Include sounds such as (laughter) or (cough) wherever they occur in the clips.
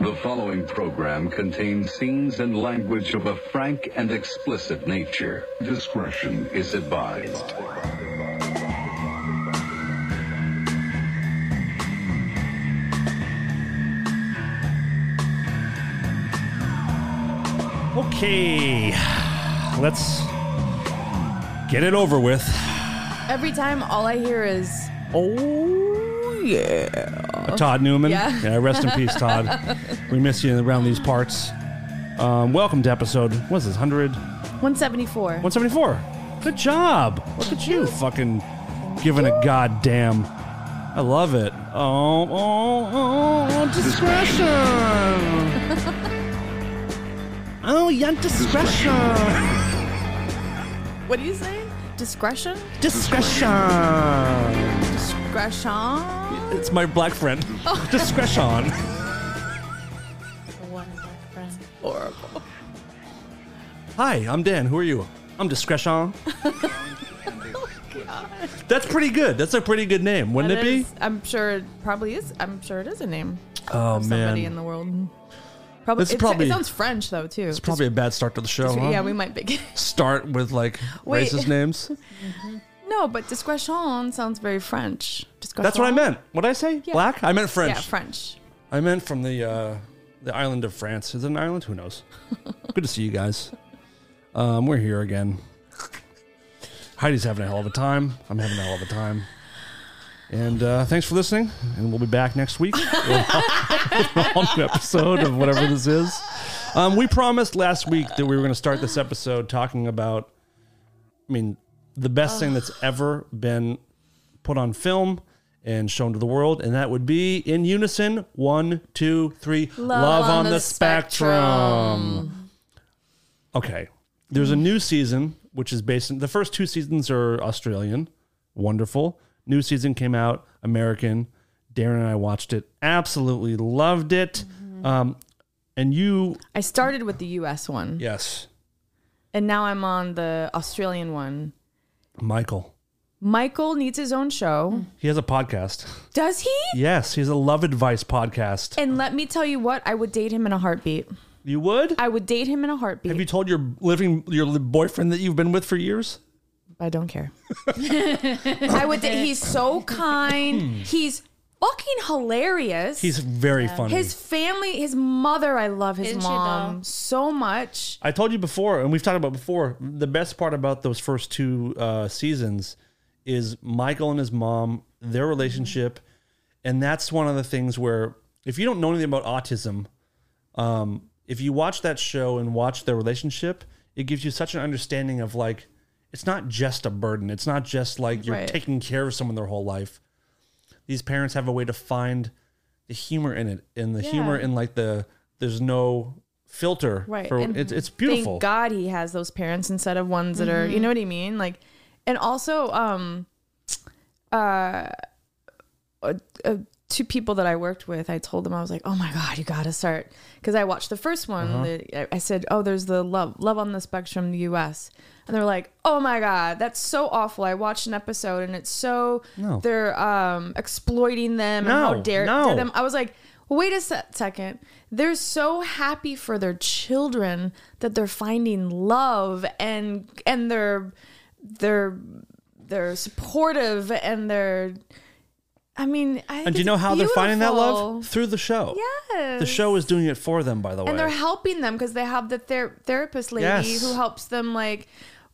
The following program contains scenes and language of a frank and explicit nature. Discretion is advised. Okay, let's get it over with. Every time, all I hear is Oh yeah. Uh, Todd Newman. Yeah. rest in peace, Todd. we miss you around these parts. Um, welcome to episode, what's this, 100, 174. 174. Good job. Look at you fucking giving a goddamn. I love it. Oh, oh, oh, oh discretion. oh, yeah, discretion. What do you say? Discretion? Discretion. Discretion? It's my black friend. Oh. Discretion. One black friend. Horrible. Hi, I'm Dan. Who are you? I'm (laughs) Discretion. That's pretty good. That's a pretty good name, wouldn't Oh, That it be? is- I'm sure it probably is. I'm sure it is a name. Oh of Somebody in the world. Probably, It's it's- probably- It sounds French, though, too. it's probably a bad start to the show. Huh? Yeah, we might begin. Start with like Wait. racist names. (laughs) No, but discretion sounds very French. Discretion. That's what I meant. What did I say? Yeah. Black? I meant French. Yeah, French. I meant from the uh, the island of France. Is it an island? Who knows? Good to see you guys. Um, we're here again. Heidi's having a hell of a time. I'm having a hell of a time. And uh, thanks for listening. And we'll be back next week (laughs) with a whole new episode of whatever this is. Um, we promised last week that we were going to start this episode talking about, I mean, the best thing that's ever been put on film and shown to the world, and that would be in unison one, two, three. Love, on, the, spectrum. Okay, there's a new season which is based. In, the first two seasons are Australian, wonderful. New season came out American. Darren and I watched it, absolutely loved it. Um, and you, I started with the U.S. one, yes, and now I'm on the Australian one. Michael. Michael needs his own show. He has a podcast. Does he? Yes, he has a love advice podcast. And let me tell you what, I would date him in a heartbeat. You would? I would date him in a heartbeat. Have you told your living your li- boyfriend that you've been with for years? I don't care. (laughs) I would date. He's so kind. He's fucking hilarious. Hmm. He's very funny. his family, his mother. I love his Isn't she, mom though? so much. I told you before, and we've talked about before. The best part about those first two uh, seasons is Michael and his mom, their Mm-hmm. relationship, and that's one of the things where if you don't know anything about autism, um, if you watch that show and watch their relationship, it gives you such an understanding of like it's not just a burden. It's not just like you're Right. taking care of someone their whole life. These parents have a way to find the humor in it, and the humor Yeah. in like the there's no filter Right, for and it's it's beautiful. Thank God he has those parents instead of ones that are, you know what I mean? Like, and also, um, uh, uh, two people that I worked with, I told them I was like, oh my God, you got to start because I watched the first one. Uh-huh. the- I- I said, oh, there's the love love on the spectrum, the U.S. And they're like, oh my God, that's so awful. I watched an episode and it's so No. they're um exploiting them and how No, dare, no. dare them. I was like, wait a se- second. They're so happy for their children that they're finding love and and they're they're they're supportive and they're. I mean, I And think do you know it's how they're finding that love? beautiful. Through the show. Yes. The show is doing it for them, by the way. and they're helping them because they have the ther- therapist lady Yes. who helps them like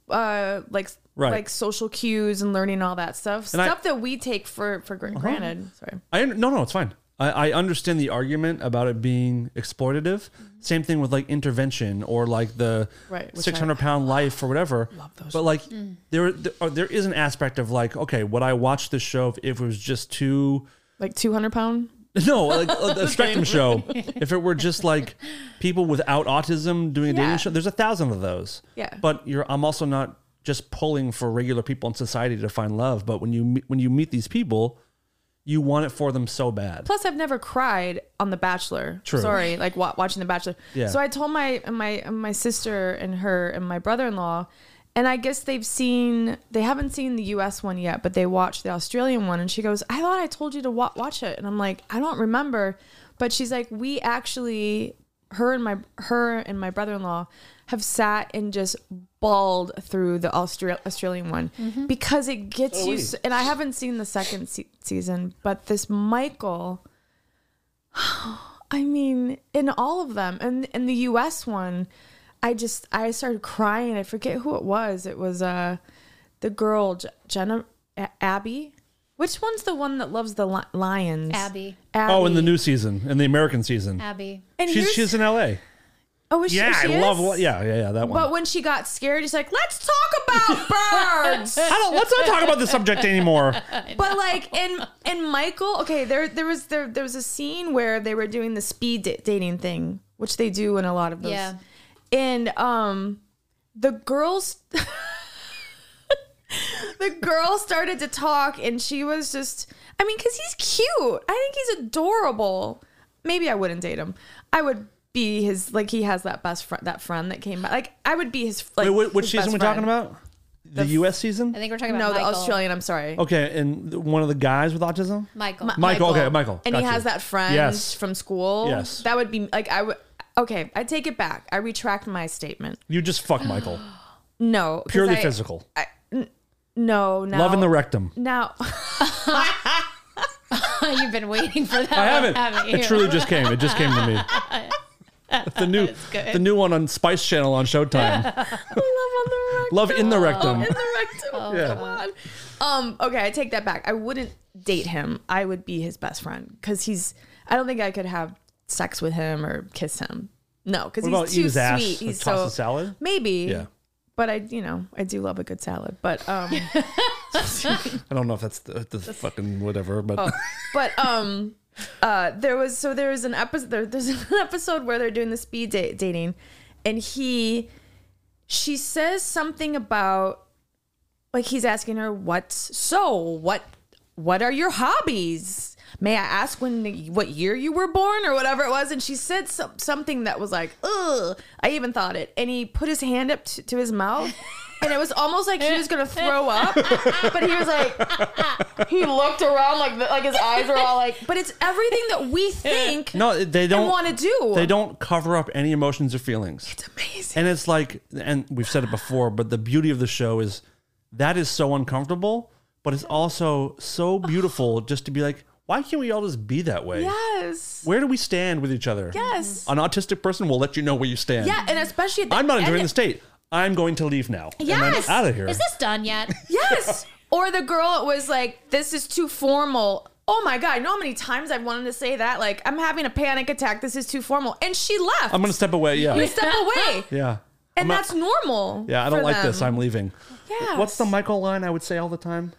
uh like Right. like social cues and learning all that stuff And I- Uh-huh. stuff that we take for for gr- granted sorry I un- no, no, it's fine. I, I understand the argument about it being exploitative. Same thing with like intervention or like the Mm-hmm. Right, which six hundred pound life or whatever. But like Mm. there, there, are- there is an aspect of like, okay, would I watch this show if, if it was just too like 200 pound (laughs) no, like uh, (laughs) the spectrum show. If it were just like people without autism doing a Yeah. dating show, there's a thousand of those. Yeah. But you're, I'm also not just pulling for regular people in society to find love. But when you me- when you meet these people, you want it for them so bad. plus i've never cried on the bachelor True. sorry like wa- watching the bachelor Yeah. so i told my my my sister and her and my brother-in-law and i guess they've seen they haven't seen the us one yet but they watched the australian one and she goes i thought i told you to wa- watch it and i'm like i don't remember But she's like, we actually, her and my her and my brother in law have sat and just bawled through the Austra- Australian one because it gets you. oui. s and I haven't seen the second se- season, but this Michael. I mean, in all of them, and in the U.S. one, I just I started crying. I forget who it was. It was uh, the girl J- Jenna A- Abby. Which one's the one that loves the li- lions? Abby. Abby. Oh, in the new season, in the American season, Abby. And she's here's- she's in L.A. oh, is she, Yeah, she I love. is? Lo- yeah, yeah, yeah. That one. But when she got scared, she's like, "Let's (laughs) talk about birds." I don't. Let's not talk about the subject anymore. (laughs) but like in in Michael, okay, there there was there there was a scene where they were doing the speed da- dating thing, which they do in a lot of those. Yeah. And um the girls (laughs) the girl started to talk and she was just I mean cuz he's cute. I think he's adorable. Maybe I wouldn't date him. I would be his like he has that best friend that friend that came back. Like I would be his like Wait, what, what his season best we talking friend. about? The, U.S. season. I think we're talking No, about the Michael. Australian, I'm sorry. Okay, and the- one of the guys with autism. Michael. Michael, okay, Michael, And he Oh, gotcha. has that friend Yes. from school. Yes. That would be like I would okay, I take it back. I retract my statement. You just fuck (gasps) Michael. No. 'cause Purely I- physical. No, now Love in the rectum. Now (laughs) You've been waiting for that. I haven't. haven't you? It truly just came. It just came to me. (laughs) The new, good. the new one on Spice Channel on Showtime. love Love in the on rectum. the (laughs) rectum. In the rectum. Oh, Yeah. Come on. Um, okay, I take that back. I wouldn't date him. I would be his best friend because he's I don't think I could have sex with him or kiss him. No, because What he's about too eat his ass sweet. or he's toss so a salad? Maybe. Yeah, But I you know, I do love a good salad. But (laughs) um I don't know if that's the, the fucking whatever, but Oh. But um, uh, there was so there was an episode. There, there's an episode where they're doing the speed da- dating, and he, she says something about, like he's asking her what's so what, what are your hobbies? May I ask when what year you were born or whatever it was? And she said some, something that was like, ugh. I even thought it, and he put his hand up to, to his mouth. And it was almost like he was gonna throw up, but he was like, he looked around like like his eyes were all like. But it's everything that we (laughs) think no, they and don't want to do. They don't cover up any emotions or feelings. It's amazing. And it's like, and we've said it before, but the beauty of the show is that is so uncomfortable, but it's also so beautiful just to be like, why can't we all just be that way? Yes. Where do we stand with each other? Yes. An autistic person will let you know where you stand. Yeah, and especially at the I'm not enjoying end- the state. I'm going to leave now. Yes. And I'm out of here. Is this (laughs) done yet? Yes. or the girl it was like, this is too formal. Oh my god! You know how many times I've wanted to say that? Like, I'm having a panic attack. This is too formal, and she left. I'm going to step away. Yeah. You step away, (laughs) yeah. and I'm not- that's normal. Yeah, I don't for like this. them. I'm leaving. Yes. What's the Michael line I would say all the time?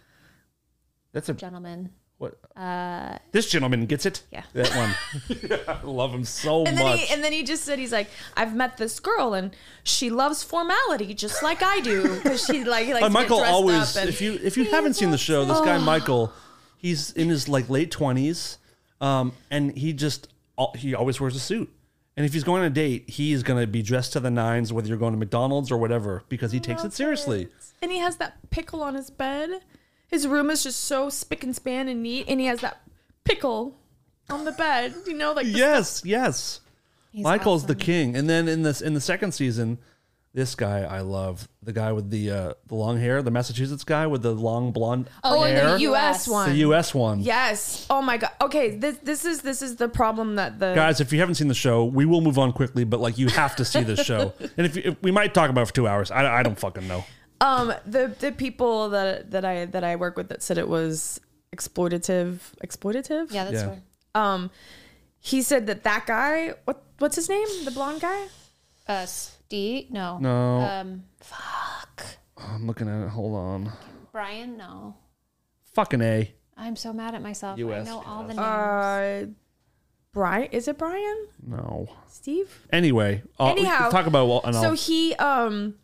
That's a Gentlemen. what? Uh, this gentleman gets it. yeah. that one. (laughs) I love him so And then, much. he, and then he just said, he's like, I've met this girl and she loves formality just like I do. Because she like, he likes But to get Michael dressed always, up and- if you if you haven't seen the show, this guy Michael, he's in his like late twenties, um, and he just al- he always wears a suit. And if he's going on a date, he is going to be dressed to the nines, whether you're going to McDonald's or whatever, because Oh, he takes it seriously. and he has that pickle on his bed. His room is just so spick and span and neat, and he has that pickle on the bed. You know, like the- (laughs) Yes, yes. Michael's the king. And then in this in the second season, this guy I love, the guy with the uh, the long hair, the Massachusetts guy with the long blonde oh, and hair, the U.S. one. the U.S. one. Yes. Oh my god. Okay. This this is this is the problem that the Guys, if you haven't seen the show, we will move on quickly, but like you have to see this (laughs) show. and if, you, if we might talk about it for two hours, I, I don't fucking know. um the the people that that I that I work with that said it was exploitative exploitative. Yeah, that's Yeah. where. Um, he said that that guy. What what's his name? The blonde guy. Uh, Steve? No. No. Um, I'm looking at it. Hold on. Brian? No. Fucking A. I'm so mad at myself. US, I know all the names. Uh, Brian. Is it Brian? No. Steve. Anyway, uh, we can Anyhow, talk about well, and so I'll- he um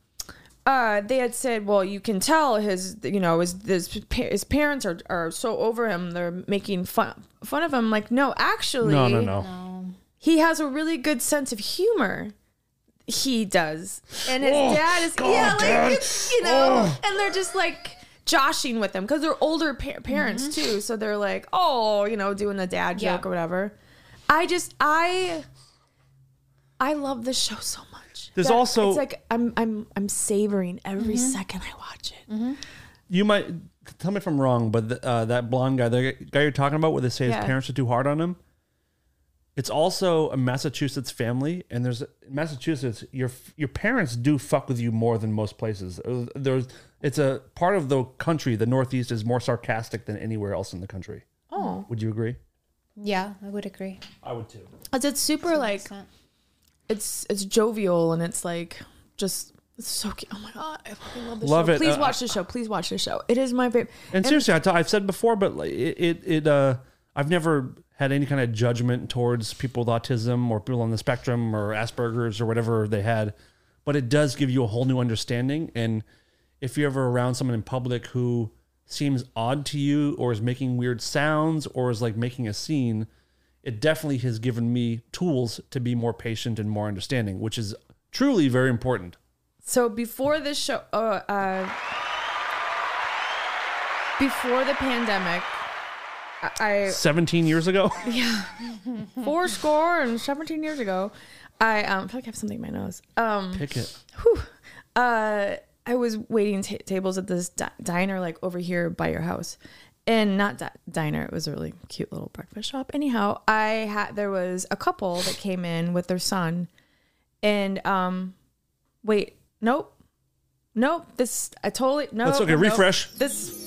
uh they had said well you can tell his you know his his, pa- his parents are, are so over him they're making fun fun of him like no actually no, no, no, no. he has a really good sense of humor he does and his Oh, dad is yeah like it's, you know and they're just like joshing with him because they're older pa- parents too so they're like oh you know doing the dad Yeah. joke or whatever I just I I love this show so much. There's that also- it's like I'm I'm I'm savoring every second I watch it. You might tell me if I'm wrong, but th uh, that blonde guy, the guy you're talking about, where they say his Yeah. parents are too hard on him. It's also a Massachusetts family, and there's in Massachusetts. Your your parents do fuck with you more than most places. Uh, There's it's a part of the country. The Northeast is more sarcastic than anywhere else in the country. Oh, Would you agree? Yeah, I would agree. I would too. it's, it's super like it's it's jovial and it's like just it's so cute. Oh my god, I fucking love this Love show. it. Please Uh, watch the show. Please watch the show. It is my favorite. And seriously, I t- I've said before, but like it, it, it uh, I've never had any kind of judgment towards people with autism or people on the spectrum or Asperger's or whatever they had, but it does give you a whole new understanding. And if you're ever around someone in public who seems odd to you or is making weird sounds or is like making a scene, it definitely has given me tools to be more patient and more understanding, which is truly very important. So before this show, uh, uh, before the pandemic, (laughs) I, 17 years ago, I four score and seventeen years ago, I um, I feel like I have something in my nose. Um, pick it. whew, uh, I was waiting ta tables at this di- diner like over here by your house, and not di- diner. It was a really cute little breakfast shop. Anyhow, I had there was a couple that came in with their son, and um, wait, nope. Nope, this I totally no. That's okay, no, no. refresh. This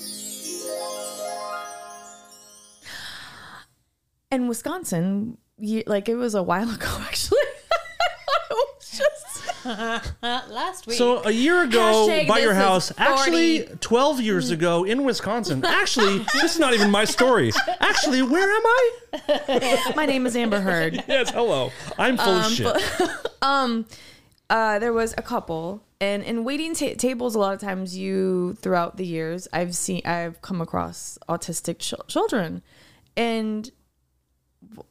in Wisconsin, ye- like it was a while (laughs) ago actually. it was just uh, last week. So a year ago, Hashtag by this your is house, actually 40. twelve years ago in Wisconsin. Actually, this is not even my story. Actually, where am I? My name is Amber Heard. Yes, hello. I'm full Um, of shit. Uh, there was a couple, and in waiting ta- tables, a lot of times you throughout the years, I've seen, I've come across autistic chil- children, and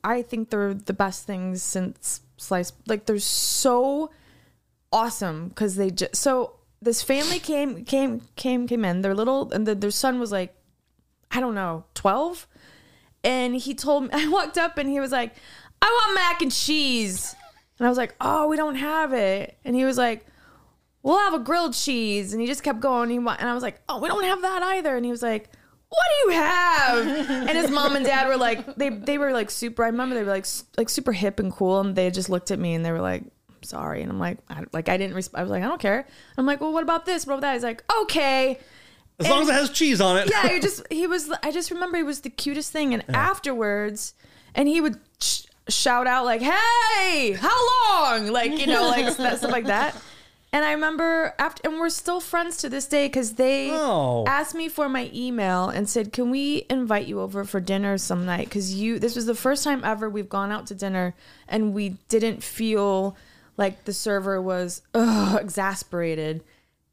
I think they're the best things since sliced. Like they're so awesome because they just so this family came came came came in. Their little and the, their son was like, I don't know, twelve, and he told me (laughs) I walked up and he was like, I want mac and cheese. And I was like, "Oh, we don't have it." And he was like, "We'll have a grilled cheese." And he just kept going. He wa- and I was like, "Oh, we don't have that either." And he was like, "What do you have?" and his mom and dad were like, they they were like super. I remember they were like s- like super hip and cool, and they just looked at me and they were like, "I'm "Sorry." And I'm like, I, like I didn't. Resp- I was like, "I don't care." I'm like, "Well, what about this? What about that?" He's like, "Okay." As long as it has cheese on it. (laughs) yeah, you just he was. I just remember he was the cutest thing. And afterwards, and he would sh- shout out like, "Hey, how long?" Like you know, like that, stuff like that. And I remember after, and we're still friends to this day because they Oh. asked me for my email and said, "Can we invite you over for dinner some night?" Because you, this was the first time ever we've gone out to dinner and we didn't feel like the server was ugh, exasperated.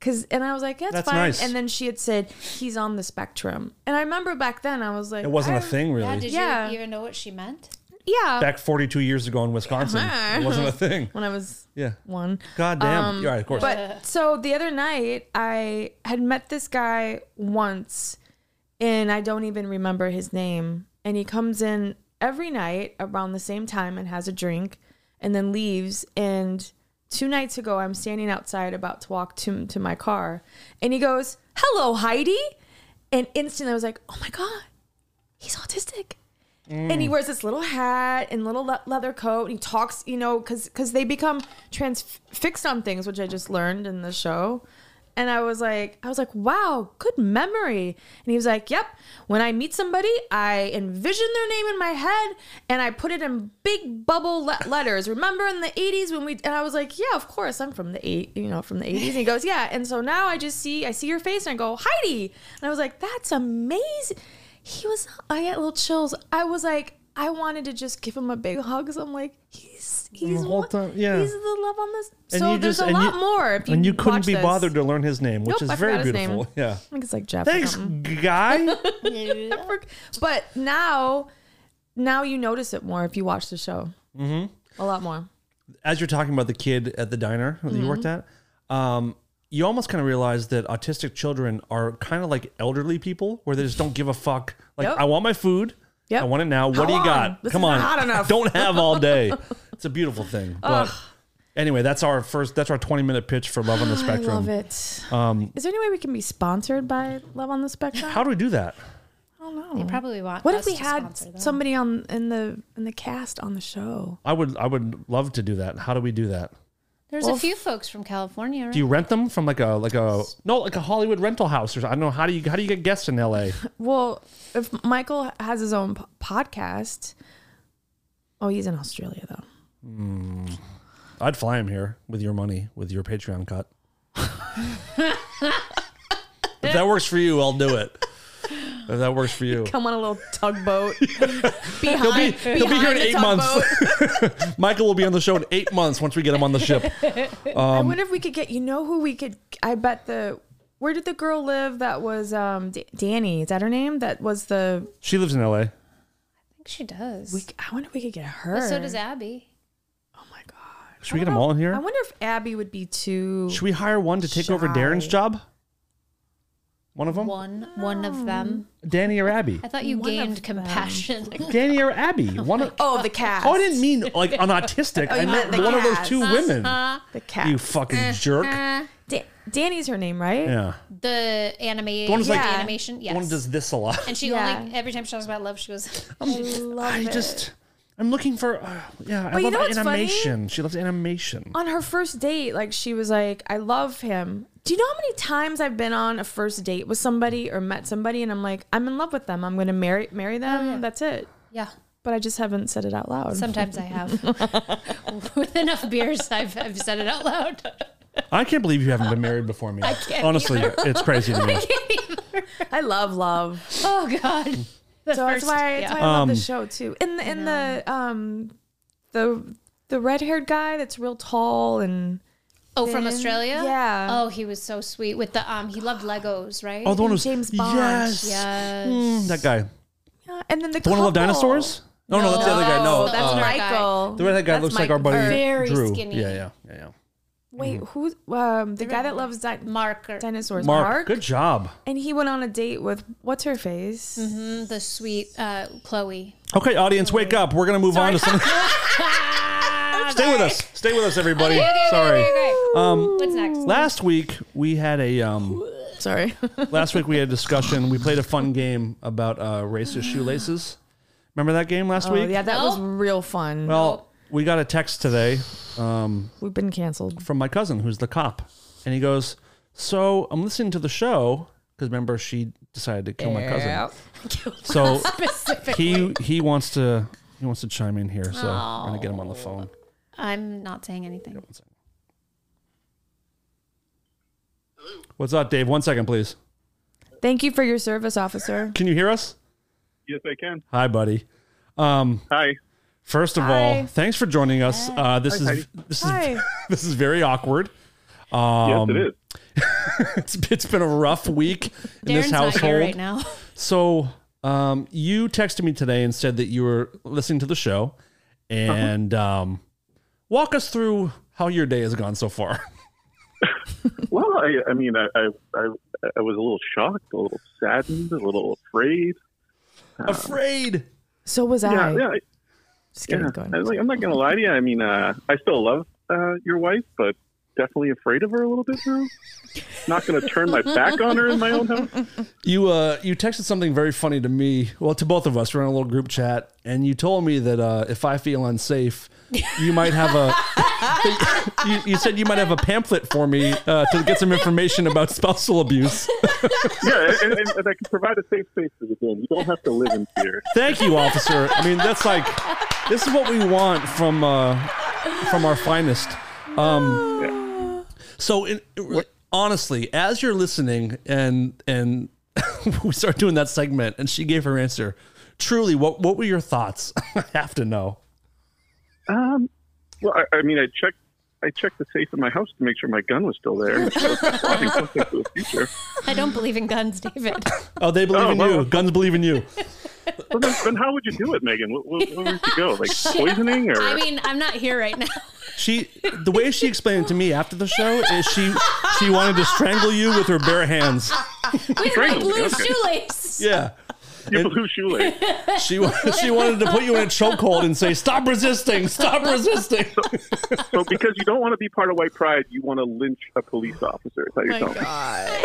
Cause and I was like, that's, That's fine. nice. And then she had said he's on the spectrum, and I remember back then I was like, It wasn't I- a thing yeah, really. did Yeah. you even know what she meant? Yeah, Back 42 years ago in Wisconsin, Uh-huh. it wasn't a thing. when I was Yeah. one. God damn. yeah, of course. Um, But so the other night, I had met this guy once, and I don't even remember his name. And he comes in every night around the same time and has a drink, and then leaves. And two nights ago, I'm standing outside about to walk to to my car, and he goes, "Hello, Heidi," and instantly I was like, "Oh my god, he's autistic." and he wears this little hat and little le- leather coat and he talks you know because because they become transfixed on things which i just learned in the show and i was like i was like wow good memory and he was like yep when i meet somebody i envision their name in my head and i put it in big bubble le- letters remember in the 80s when we and i was like yeah of course i'm from the eight you know from the 80s and he goes yeah and so now i just see i see your face and i go heidi and i was like that's amazing he was i got little chills i was like i wanted to just give him a big hug because i'm like he's he's The whole one- time, yeah. he's the love on this And so you there's just- a and you- lot more if you and you couldn't watch be this. bothered to learn his name, which Nope, is I very forgot his name. Um, beautiful. Yeah. i think it's like jeff or Thanks, something. guy. but now now you notice it more if you watch the show mm-hmm. a lot more as you're talking about the kid at the diner that you worked at, Mm-hmm. um, you almost kind of realize that autistic children are kind of like elderly people where they just don't give a fuck. Like, Yep. I want my food. Yep. I want it now. What How do you long? got? This Come is on. (laughs) not hot enough. Don't have all day. (laughs) It's a beautiful thing. But anyway, that's our first. That's our twenty minute pitch for Love on the Spectrum. (gasps) I love it. Is there any way we can be sponsored by Love on the Spectrum? um, How do we do that? I don't know. Probably want. What us if we to had sponsor them. somebody on in the in the cast on the show? I would. I would love to do that. How do we do that? There's Well, a few folks from California. Right? Do you rent them from like a like a no like a Hollywood rental house or I don't know how do you how do you get guests in L.A. Well, if Michael has his own po- podcast, oh, he's in Australia though. I'd fly him here with your money with your Patreon cut. if that works for you, I'll do it. If that works for you, Come on a little (laughs) tugboat. behind, (laughs) he'll be he'll be here in behind the eight months. (laughs) Michael will be on the show in eight months once we get him on the ship. Um, I wonder if we could get. You know who we could? I bet the. Where did the girl live? That was um, D- Danny. Is that her name? That was the. She lives in L.A. I think she does. We, I wonder if we could get her. but so does Abby. Oh my god. Should we get them all in I here? wonder if Abby would be too. Should we hire one to take over Shy. Darren's job? One of them, One one of them. Danny or Abby? I thought you One of gained them. (laughs) compassion. (laughs) Danny or Abby? One of. Oh, the cast. Oh, I didn't mean like an autistic. Oh, I you meant meant the one of those cats. Uh-huh. two women. the cast. You fucking jerk. Da- Danny's her name, right? Yeah. Uh, the anime. The one who's like- Yeah. animation. Yes. One who does this a lot. and she Yeah. only every time she talks about love, she goes. (laughs) Oh, I love I it. just, I'm looking for, uh, yeah, I Well, you love know what's funny? animation. She loves animation. on her first date, like she was like, "I love him." Do you know how many times I've been on a first date with somebody or met somebody, and I'm like, "I'm in love with them. I'm going to marry marry them. That's it." (laughs) Yeah. But I just haven't said it out loud. Sometimes I have. (laughs) With enough beers, I've, I've said it out loud. (laughs) I can't believe you haven't been married before (laughs) me. can't Honestly, it's crazy to me. (laughs) I love love, so Oh God. The that's first- why, yeah. that's why I Um, love the show too. And the and the um the the red haired guy that's real tall and Oh, from Finn? Australia? Yeah. Oh, he was so sweet with the um. He loved Legos, right? Oh, the one And who's James Bond. Yes. Yes. Hmm. Mm, that guy. yeah, and then the, The one who loved couple. dinosaurs? No, no, that's the other guy. No, Oh, that's uh, Michael. The red guy That's looks like our buddy Michael. Very Drew. skinny. Yeah, yeah, yeah, yeah. Wait, who's um the guy that loves di- Marker. dinosaurs? Mark, Mark. good job. And he went on a date with what's her face? Mm, the sweet uh, Chloe. Okay, audience, wake up. We're going to move on to something. (laughs) (laughs) Stay with us. Stay with us, everybody. Sorry. Um, What's next? last week we had a um, Sorry. last week we had a discussion. We played a fun game about uh, racist shoelaces. Remember that game last (laughs) oh, week? yeah, that No. was real fun. Well, we got a text today We've been canceled. from my cousin, who's the cop, and he goes, "So I'm listening to the show because remember she decided to kill my cousin. (laughs) (laughs) So he he wants to he wants to chime in here. So I'm gonna get him on the phone. I'm not saying anything. What's up, Dave? One second, please. Thank you for your service, officer. Can you hear us? Yes, I can. Hi, buddy. Um, Hi. First of all, Hi. thanks for joining us. Uh, this is Heidi. this is Hi. (laughs) this is very awkward. Yes, it is. It's, it's been a rough week in Darren's this not here household. right now. So, um, you texted me today and said that you were listening to the show, and um, walk us through how your day has gone so far. (laughs) Well, I, I mean, I, I, I, I was a little shocked, a little saddened, a little afraid. Afraid. So was Yeah, I. yeah, I- Just yeah. kidding, go ahead. I, like, I'm not gonna lie to you. I mean, uh, I still love uh, your wife, but definitely afraid of her a little bit now. not gonna turn my back on her in my (laughs) own house. You uh, you texted something very funny to me. Well, to both of us. We're in a little group chat, and you told me that uh, if I feel unsafe, you might have a. (laughs) you, you said you might have a pamphlet for me uh, to get some information about spousal abuse. Yeah, and, and, and I can provide a safe space for the game. You don't have to live in fear. Thank you, officer. I mean, that's like this is what we want from uh, from our finest. Um, So, in, honestly, as you're listening, and and (laughs) we start doing that segment, and she gave her answer. Truly, what what were your thoughts? (laughs) I have to know. Um, well, I, I mean, I checked. I checked the safe in my house to make sure my gun was still (laughs) there. So that's probably something for the future. (laughs) I don't believe in guns, David. Oh, they believe Oh, in well- you. Guns believe in you. Well, then, then how would you do it, Megan? What, what, where would you go? (laughs) Like poisoning or? I mean, I'm not here right now. She, the way she explained it to me after the show is she she wanted to strangle you with her bare hands. With my Strangled me, blue okay. shoelace. Yeah. Your blue shoelace. She wa- (laughs) she wanted to put you in a chokehold and say, "Stop resisting! Stop resisting!" So because you don't want to be part of White Pride, you want to lynch a police officer. Is that you're My telling me? God.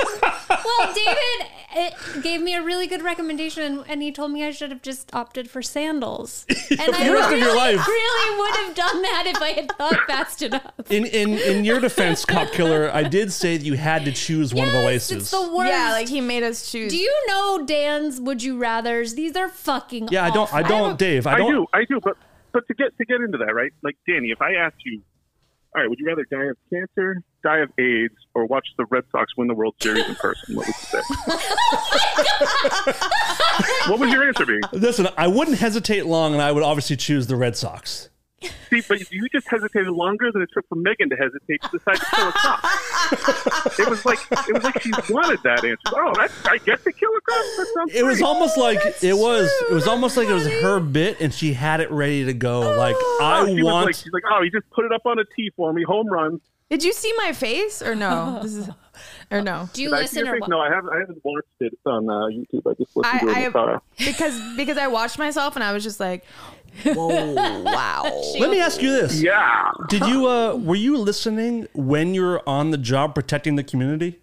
Well, David eh, gave me a really good recommendation, and he told me I should have just opted (laughs) for sandals. And I the rest of your really, life. really would have done that if I had thought fast enough. In in in your defense, cop killer, I did say that you had to choose one of the Yes, laces. It's the worst. Yeah, like he made us choose. Do you know Dan's Would You Rather's? These are fucking. yeah, I don't, awful. I don't, Dave, I I don't. do, I do, but but to get to get into that, right? Like Danny, if I asked you, all right, would you rather die of cancer, die of AIDS, or watch the Red Sox win the World Series in person? What would you say? (laughs) what would your answer be? Listen, I wouldn't hesitate long, and I would obviously choose the Red Sox. See, but you just hesitated longer than it took for Megan to hesitate to decide to kill a cop. it was like it was like she wanted that answer. Oh, that's, I get to kill a cop. That sounds It was great. almost like it was. It was almost like it was her bit, and she had it ready to go. Like I Oh, she want. Was like, she's like, oh, he just put it up on a tee for me, home run. Did you see my face or (laughs) no? This is or no. Do you Did I see listen your or face? what? No, I haven't. I haven't watched it. It's on uh, YouTube. I just listened I, to it in the I car. because because I watched myself and I was just like, whoa, wow. Let me ask you this: Yeah. Did you? Uh, were you listening when you were on the job protecting the community?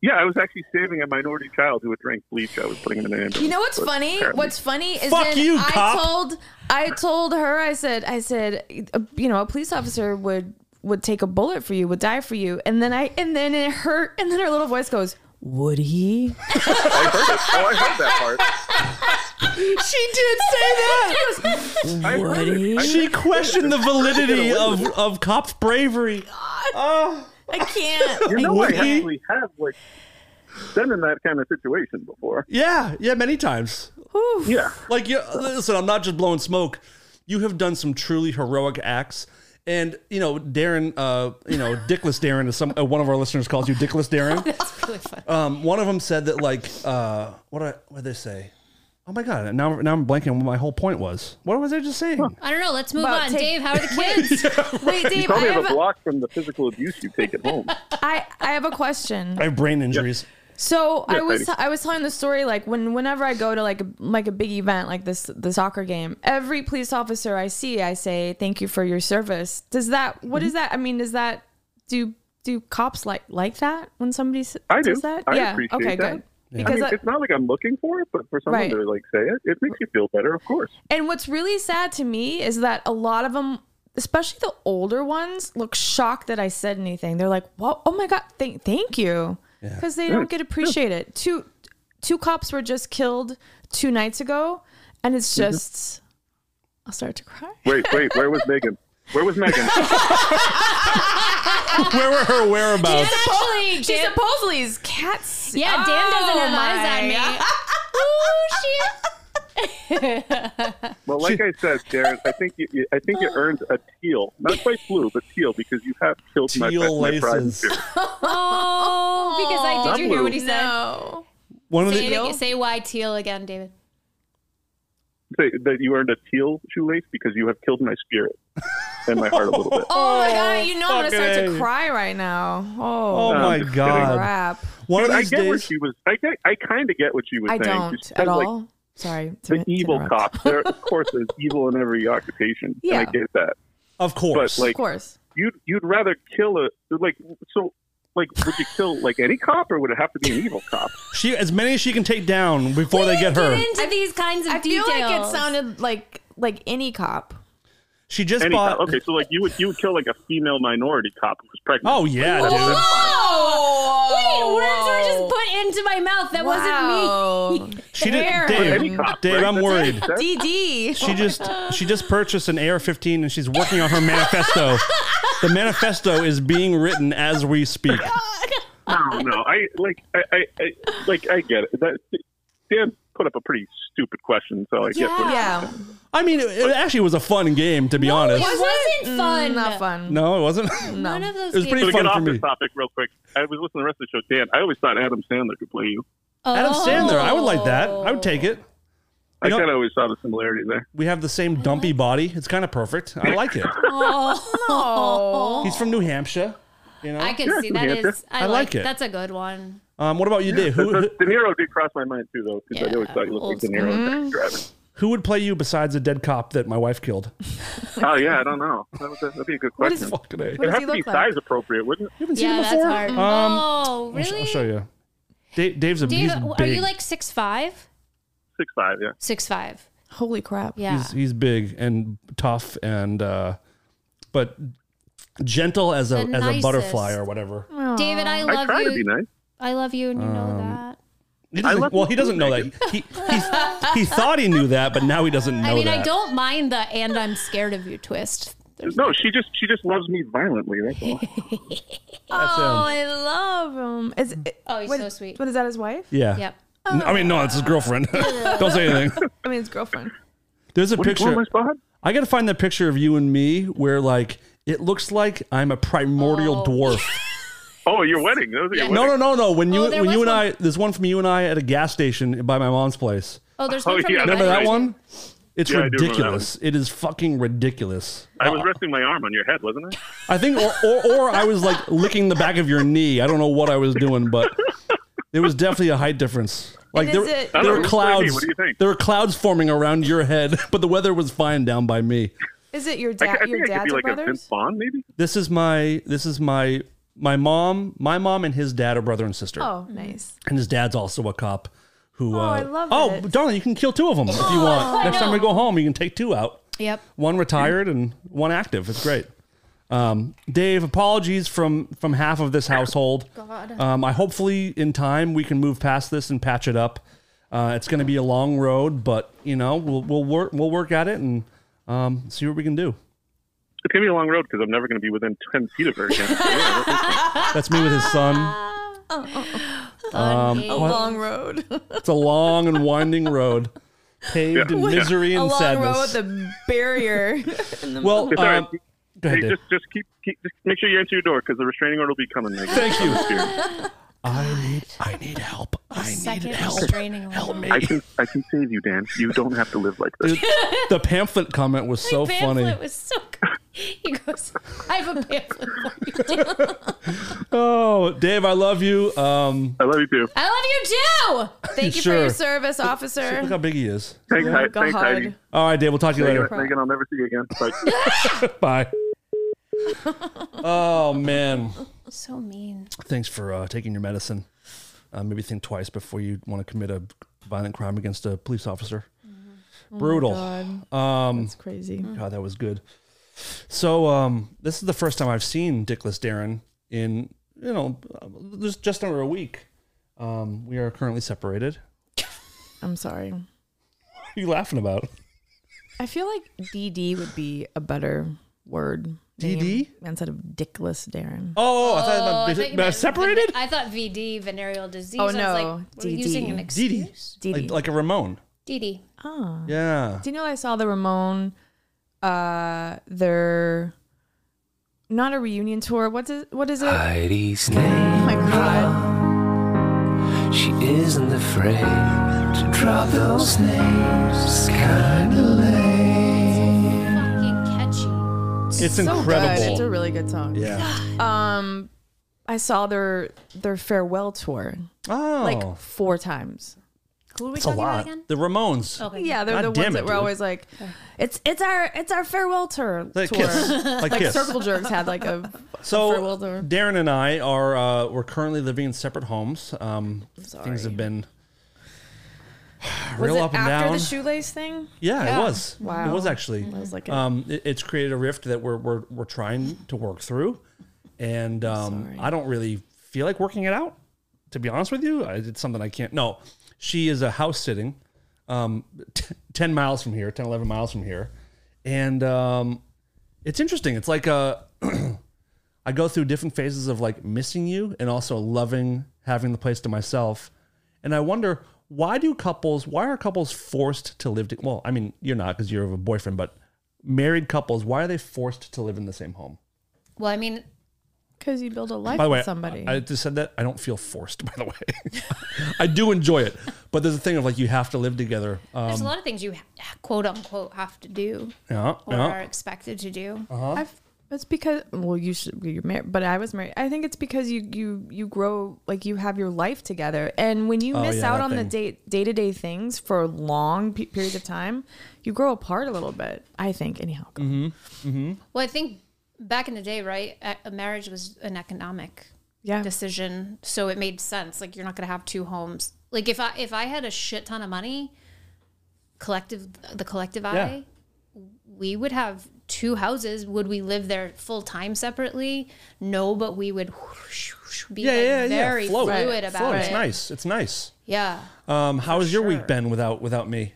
Yeah, I was actually saving a minority child who would drink bleach. I was putting him in an ambulance. You know what's but funny? apparently- What's funny is Fuck then you, I cop. told I told her I said I said uh, you know a police officer would would take a bullet for you would die for you and then I and then it hurt and then her little voice goes would he I heard it. Oh, I heard that part. she did say that I heard it. I She (laughs) questioned the validity of of cops' bravery. (laughs) I can't You know, Would I he? actually have like been in that kind of situation before. Yeah, yeah, many times. Yeah. Like, you, listen, I'm not just blowing smoke. You have done some truly heroic acts, and you know, Darren, uh, you (laughs) know, Dickless Darren, as some uh, one of our listeners calls you, Dickless (laughs) Darren. That's really fun. Um, one of them said that, like, uh, what do I, what did they say? Oh my god! Now, now I'm blanking on what my whole point was. What was I just saying? I don't know. Let's move About on. take- Dave, (laughs) how are the kids? (laughs) wait Dave I Probably have have, a block from the physical abuse you take (laughs) at home. I, I have a question I have brain (laughs) injuries. So I was Heidi. I was telling the story like when whenever I go to like a, like a big event like this the soccer game, every police officer I see, I say thank you for your service. Does that Mm-hmm. what is that? I mean, does that do do cops like like that when somebody s- I do. does that? I yeah. appreciate okay. that. Good. I Because mean, that- it's not like I'm looking for it, but for someone Right. to like say it, it makes you feel better, of course. and what's really sad to me is that a lot of them, especially the older ones, look shocked that I said anything. They're like, "Whoa, oh my god, thank thank you," because they don't get appreciated. Two two cops were just killed two nights ago, and it's Mm-hmm. just I'll start to cry. Wait, wait, where was Megan? Where (laughs) was Megan? Where were her whereabouts? Actually, She Dan, supposedly is cats. Oh yeah, Dan doesn't have eyes on me. (laughs) Well, like I said, Darren, I think you, you, I think you earned a teal, not quite blue, but teal, because you have killed Teal my, my pride. and laces. fear. (laughs) Oh, because I Not did you hear blue. what he said? No. One of Say, the it again- say why teal again, David. Say that you earned a teal shoelace because you have killed my spirit and my heart a (laughs) little bit. Oh my god, you know I'm gonna fucking start A. to cry right now. oh Oh, my just kidding. god! crap. One of I these get what days. she was. I get. I kind of get what she was I saying. don't She at said, all. like, Sorry. to- the to evil interrupt. (laughs) cops. There, of course, there's evil in every occupation. Yeah. and I get that. Of course. But, like- Of course. You'd you'd rather kill a like so like would you kill like any cop or would it have to be an evil (laughs) cop? she as many as she can take down before they get her. Get into these kinds of I feel details. like it sounded like like any cop. She just Any bought cop. Okay, so like you would you would kill like a female minority cop who was pregnant. Oh yeah, dude. Wait, Oh, words were just put into my mouth. That wasn't me. She didn't. Aaron. Dave, Any cop, Dave, right? I'm worried. That's- DD. Oh She just she just purchased an AR-15 and she's working on her manifesto. The manifesto is being written as we speak. No, no, I like I, I, I like I get it. That, Dan put up a pretty stupid question, so I get. What, Yeah. I mean, it, it actually was a fun game to be It honest. wasn't fun. Mm, Not fun. No, it wasn't. None of those It was pretty So to fun games- get for off me. this topic real quick, I was listening to the rest of the show. Dan, I always thought Adam Sandler could play you. Adam Sandler, I would like (laughs) that. Oh. I would take it. I know- kind of always saw the similarity there. We have the same dumpy body. It's kind of perfect. I like it. Oh. He's from New Hampshire. You know, I can see New that is. Hampshire. I, I like like it. That's a good one. Um, what about you, Dave? So- so Who, De Niro did cross my mind too, though, because I Yeah, always thought you old looked like De Niro in Taxi Driver. who would play you besides a dead cop that my wife killed? (laughs) Oh yeah, I don't know. That was a, that'd be a good What is- question. Fucking A. What It'd does have he to look be like? size appropriate, wouldn't it? You haven't seen Yeah, him that's before? hard. Um, oh, I'll sh- really? I'll show you. Dave, Dave's a Dave, he's are big. you like six five? Six five, yeah. Six five. Holy crap. Yeah. he's, he's big and tough and uh, but gentle as a The as a butterfly nicest. Oh. or whatever. David, I I love try to be you. nice. I love you, and you Um, know that. He doesn't- love well, him he too, doesn't know that. He, he, he thought he knew that, but now he doesn't know I mean, that. I don't mind the "and I'm scared of you" twist. No, she just she just loves me violently. That's all. That's him. um, Oh, I love him. Is Mm. it, Oh, he's what- so sweet. What is that? His wife? Yeah. Yep. N- I mean, no, it's his (laughs) girlfriend. (laughs) don't say anything. I mean, his girlfriend. There's a What, do you picture. want my spot? I got to find that picture of you and me where, like, it looks like I'm a primordial (laughs) dwarf. Oh, your wedding. That was at your No, wedding. no, no, no. When you Oh, there when you was and one. I, there's one from you and I at a gas station by my mom's place. (laughs) Oh, there's Oh, one from yeah, your that's Remember that wedding. right. one? It's Yeah, I do remember that ridiculous. It is fucking ridiculous. I was resting my arm on your head, wasn't I? I think, or, or, or I was like licking the back of your knee. I don't know what I was doing, but there was definitely a height difference. Like And there, is it- there I don't were know, clouds. what do you think? There were clouds forming around your head, (laughs) but the weather was fine down by me. Is it your I, ca- dad? Your I think I could dad's be or like a Vince brothers? Vaughn, maybe. This is my. This is my. My mom, my mom, and his dad are brother and sister, Oh, nice. and his dad's also a cop. Who? Oh, uh, I love Oh, it. Oh, darling, you can kill two of them if you want. Next time we go home, you can take two out. Yep. one retired and one active. It's great. Um, Dave, apologies from from half of this household. God. Um, I hopefully in time we can move past this and patch it up. Uh, it's going to be a long road, but you know we'll we'll work we'll work at it and um, see what we can do. It's gonna be a long road because I'm never gonna be within ten feet of her (laughs) again. That's me with his son. Um, A long road. it's a long and winding road, paved in Yeah. misery a and long road sadness. with a (laughs) barrier. well, It's all right. um, go ahead, hey, Dave. just just keep, keep just make sure you answer your door because the restraining order will be coming. Megan. Thank you. Seriously. I need I need help. I need Second help. restraining order. Help me. I can I can save you, Dan. You don't have to live like this. the pamphlet comment was so funny. Pamphlet was so (laughs) good. He goes, "I have a pamphlet for you." Dave." Oh, Dave, I love you. Um, I love you too. I love you (laughs) too. Thank you for Sure. your service, officer. look how big he is. Thanks, Oh, Hei- God. thanks Heidi. All right, Dave, we'll talk to you Megan, later. Megan, I'll never see you again. Bye. Bye. Oh man, So mean. thanks for uh, taking your medicine. Uh, maybe think twice before you want to commit a violent crime against a police officer. Brutal. God. um, It's crazy. God, that was good. So um, this is the first time I've seen Dickless Darren in you know uh, just just under a week. Um, we are currently separated. I'm sorry. What are you laughing about? I feel like DD would be a better word. name DD? instead of dickless Darren. Oh, I thought I about thought you but meant- separated. I thought VD, venereal disease. Oh, I was no, like, we're DD. using an excuse. DD. Like, like a Ramon. DD. Ah. Yeah. Do you know I saw the Ramon? Uh, their not a reunion tour. What's it? What is it? Oh Heidi's name, my god! she isn't afraid to drop those names. Kinda lame. Fucking catchy. It's So incredible. good. It's a really good song. yeah. Um, I saw their their farewell tour Oh. like four times. Who are we it's a talking lot. about again? The Ramones. Okay. Yeah, they're God the damn ones it, that were dude. always like, it's it's our it's our farewell tour. Like tour. Kiss. (laughs) Like, Like (laughs) Kiss. Circle Jerks had (laughs) like a so farewell tour. Darren and I are uh, we're currently living in separate homes. Um, things have been real was it up and after down. the shoelace thing? yeah, it was. Wow. It was actually. I was like, um, it, it's created a rift that we're we're, we're trying to work through, and um, I don't really feel like working it out. To be honest with you, I, it's something I can't. No, she is a house sitting, um, t- ten miles from here, 10, 11 miles from here, and um, it's interesting. It's like uh, I go through different phases of like missing you and also loving having the place to myself, and I wonder why do couples why are couples forced to live to, well i mean you're not because you have a boyfriend but married couples, why are they forced to live in the same home? Well, I mean, because you build a life By the way, with somebody. I, I just said that I don't feel forced. (laughs) By the way, I do enjoy it, but there's a thing of like you have to live together. Um, there's a lot of things you ha- quote unquote have to do yeah, or yeah. are expected to do. I've It's because well, you should you're married, but I was married. I think it's because you you you grow like you have your life together, and when you Oh, miss yeah, out that on the thing. date day to day things for long pe- periods of time, you grow apart a little bit. I think anyhow. go. Mm-hmm. Well, I think back in the day, right, a a marriage was an economic Yeah, decision, so it made sense. Like you're not going to have two homes. Like if I if I had a shit ton of money, collective the collective eye, we would have two houses. Would we live there full time separately? No, but we would whoosh, whoosh, be Yeah, like yeah, yeah. very Float. fluid Right. about Float. it. It's nice. It's nice. Yeah. Um, how has your sure. week been without without (clears throat) me?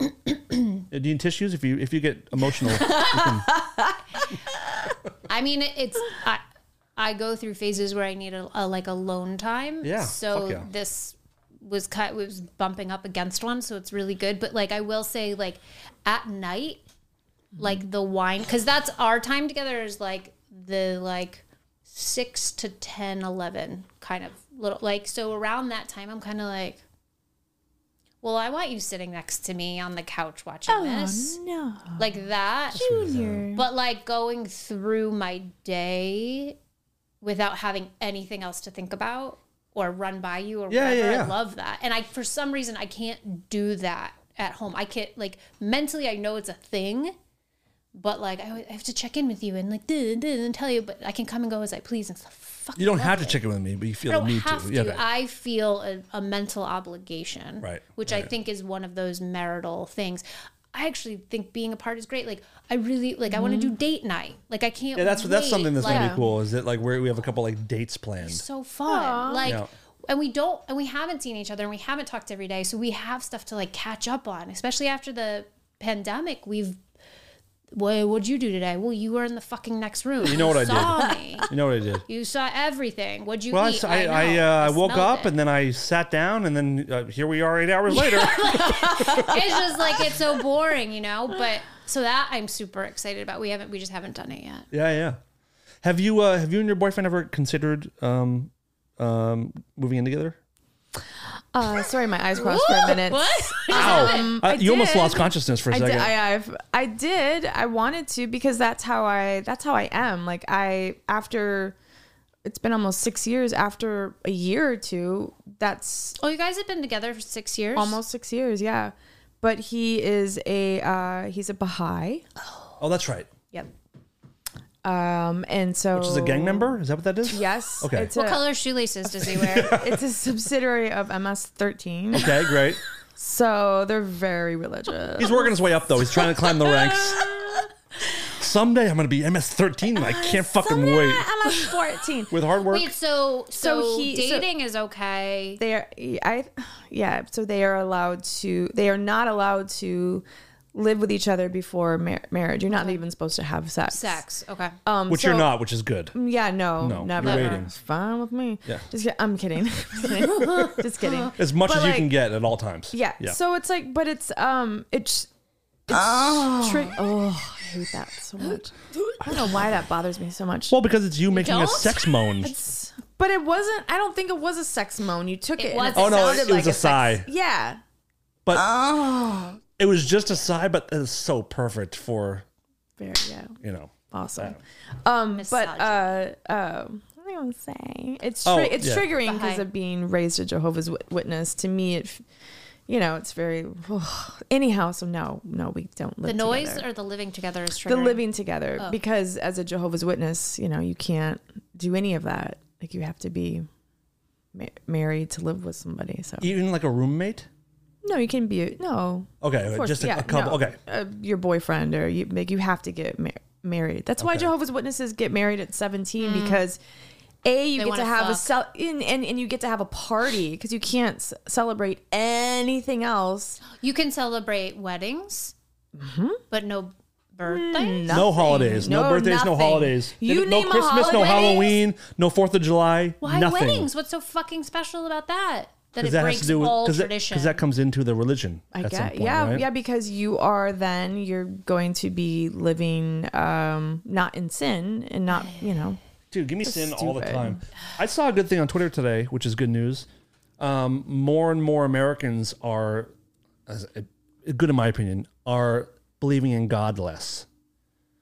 Uh, Do you need tissues if you if you get emotional? you can- I mean, it- it's I I go through phases where I need a, a like alone time. Yeah, So fuck yeah. this was cut was bumping up against one, so it's really good. But like I will say, like at night, like the wine, because that's our time together is like the like six to 10, 11 kind of little like so around that time I'm kind of like. Well, I want you sitting next to me on the couch watching this. Oh, no, Like that Mm-hmm. junior. but like going through my day without having anything else to think about or run by you or Yeah, whatever yeah, yeah. i love that and i for some reason i can't do that at home i can't like mentally i know it's a thing but like i, always- I have to check in with you and like duh, duh, and tell you but i can come and go as i please and it's like, fuck you don't have to check in with me, but you feel I the don't need have to. to. Yeah, that- I feel a, a mental obligation, Right, Which I think is one of those marital things. I actually think being apart is great. Like I really like. I want to do date night. Like I can't. yeah, that's that's wait. something that's like, gonna be cool. Is that like where we have a couple like dates planned? so fun. Like. Yeah. And we don't, and we haven't seen each other, and we haven't talked every day, so we have stuff to like catch up on. Especially after the pandemic, we've. Well, what'd you do today? Well, you were in the fucking next room. You know what I (laughs) saw Me. You know what I did? You saw everything. What'd you Well, I, eat? s- I, know. I, uh, I woke smelled up it. and then I sat down and then uh, here we are eight (laughs) hours later. it's just like it's so boring, you know. But so that I'm super excited about. We haven't, we just haven't done it yet. Yeah, yeah. Have you uh, have you and your boyfriend ever considered um, um, moving in together? Uh, sorry, my eyes crossed for a minute. Ow! Uh, I you almost did. lost consciousness for a I second. did. I, I've, I did. I wanted to because that's how I. That's how I am. Like I after. It's been almost six years. After a year or two, that's Oh, you guys have been together for six years. almost six years. Yeah, but he is a uh, he's a Baha'i, oh, that's right. Yep. um, and so Which is a Oh. gang member? Is that what that is? Yes. Okay. It's What a, color shoelaces does he wear? (laughs) It's a subsidiary of MS13, Okay, great. so they're very religious. He's working his way up though. He's trying to climb the ranks. Someday I'm gonna be MS13. and I Uh, can't fucking wait. (laughs) MS14. With hard work, Wait, so so, So he- so- dating is okay. they are i yeah so they are allowed to they are not allowed to live with each other before mar- marriage you're not even supposed to have sex Sex, okay. um which so- you're not, which is good. yeah no No, never you're waiting. It's fine with me Yeah. just kid- i'm kidding Just kidding. (laughs) just kidding As much But, as you can like, get at all times. yeah. Yeah. so it's like but it's um it's it's oh. oh i hate that so much i don't know why that bothers me so much well, because it's you making a don't? sex moan. but it wasn't i don't think it was a sex moan you took it, and was oh no, sounded it, like was a sigh. yeah But it was just a sigh, but it's so perfect for very yeah you know. awesome. Um, but uh, um, what am I gonna say? It's tr- Oh, it's yeah. triggering because Baha'i. of being raised a Jehovah's Wit- Witness. To me, it, f- you know, it's very. anyhow, so no, no, we don't live The noise together. or the Oh. living together is the triggering. living together because as a Jehovah's Witness, you know, you can't do any of that. Like you have to be ma- married to live with somebody. So Even like a roommate? no, you can be no. Okay, Of course, just a, yeah, a couple. no. Okay. Uh, your boyfriend or you like you have to get mar- married. That's why Okay. Jehovah's Witnesses get married at 17 because a you Mm. get They to wanna have a fuck. cel- in, and and you get to have a party (sighs) because you can't s- celebrate anything else. You can celebrate weddings, but no Mm, birthdays. No holidays, no, No, birthdays, no nothing. holidays. You no name a Christmas, no holiday? Halloween, no Fourth of July. Why nothing. weddings? What's so fucking special about that? That it that breaks has to do with all because tradition. that, comes into the religion. I at some guess point, yeah right? yeah because you are then you're going to be living um not in sin and not you know Dude, give me sin all the stupid. time. I saw a good thing on Twitter today, which is good news. Um, more and more Americans are, as- uh, good in my opinion, are believing in God less.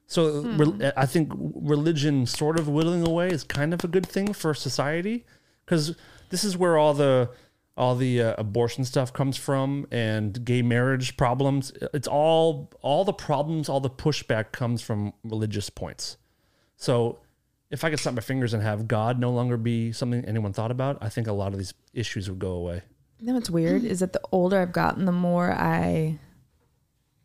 So re- I think religion sort of whittling away is kind of a good thing for society because this is where all the all the uh, abortion stuff comes from and gay marriage problems. It's all all the problems, all the pushback comes from religious points. So if I could snap my fingers and have God no longer be something anyone thought about, I think a lot of these issues would go away. You know what's weird is that the older I've gotten, the more I,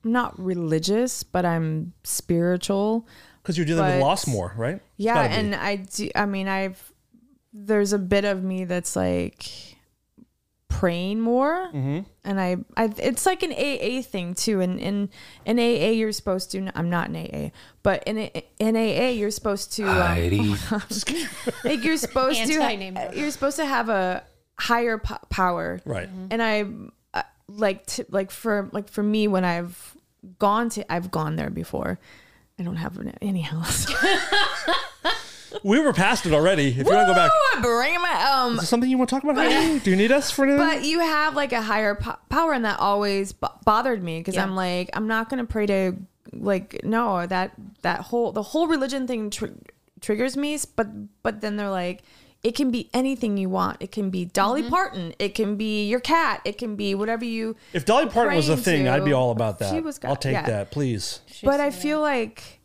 I'm not religious, but I'm spiritual. Because you're dealing with But- loss more, right? It's Yeah, gotta be. and I do. I mean, I've there's a bit of me that's like praying more, Mm-hmm. and I, I it's like an AA thing too. And in in AA, you're supposed to. I'm not an AA, but in a- in AA, you're supposed to. Um, Heidi. like you're supposed Anti-name to. You're supposed to have a higher po- power, right. and I uh, like to, like for like for me when I've gone to I've gone there before. I don't have an- anyhow. (laughs) So. We were past it already. If you want to go (laughs) back, Woo, bring my um. is there something you want to talk about? (laughs) Heidi? Do you need us for anything? But you have like a higher po- power, and that always b- bothered me because I'm like I'm not gonna pray to like no that that whole the whole religion thing tr- triggers me. s- But but then they're like. It can be anything you want. It can be Dolly Mm-hmm. Parton. It can be your cat. It can be whatever you. if Dolly Parton was a praying thing, to- I'd be all about that. She was God, I'll take yeah. that, please. but I feel like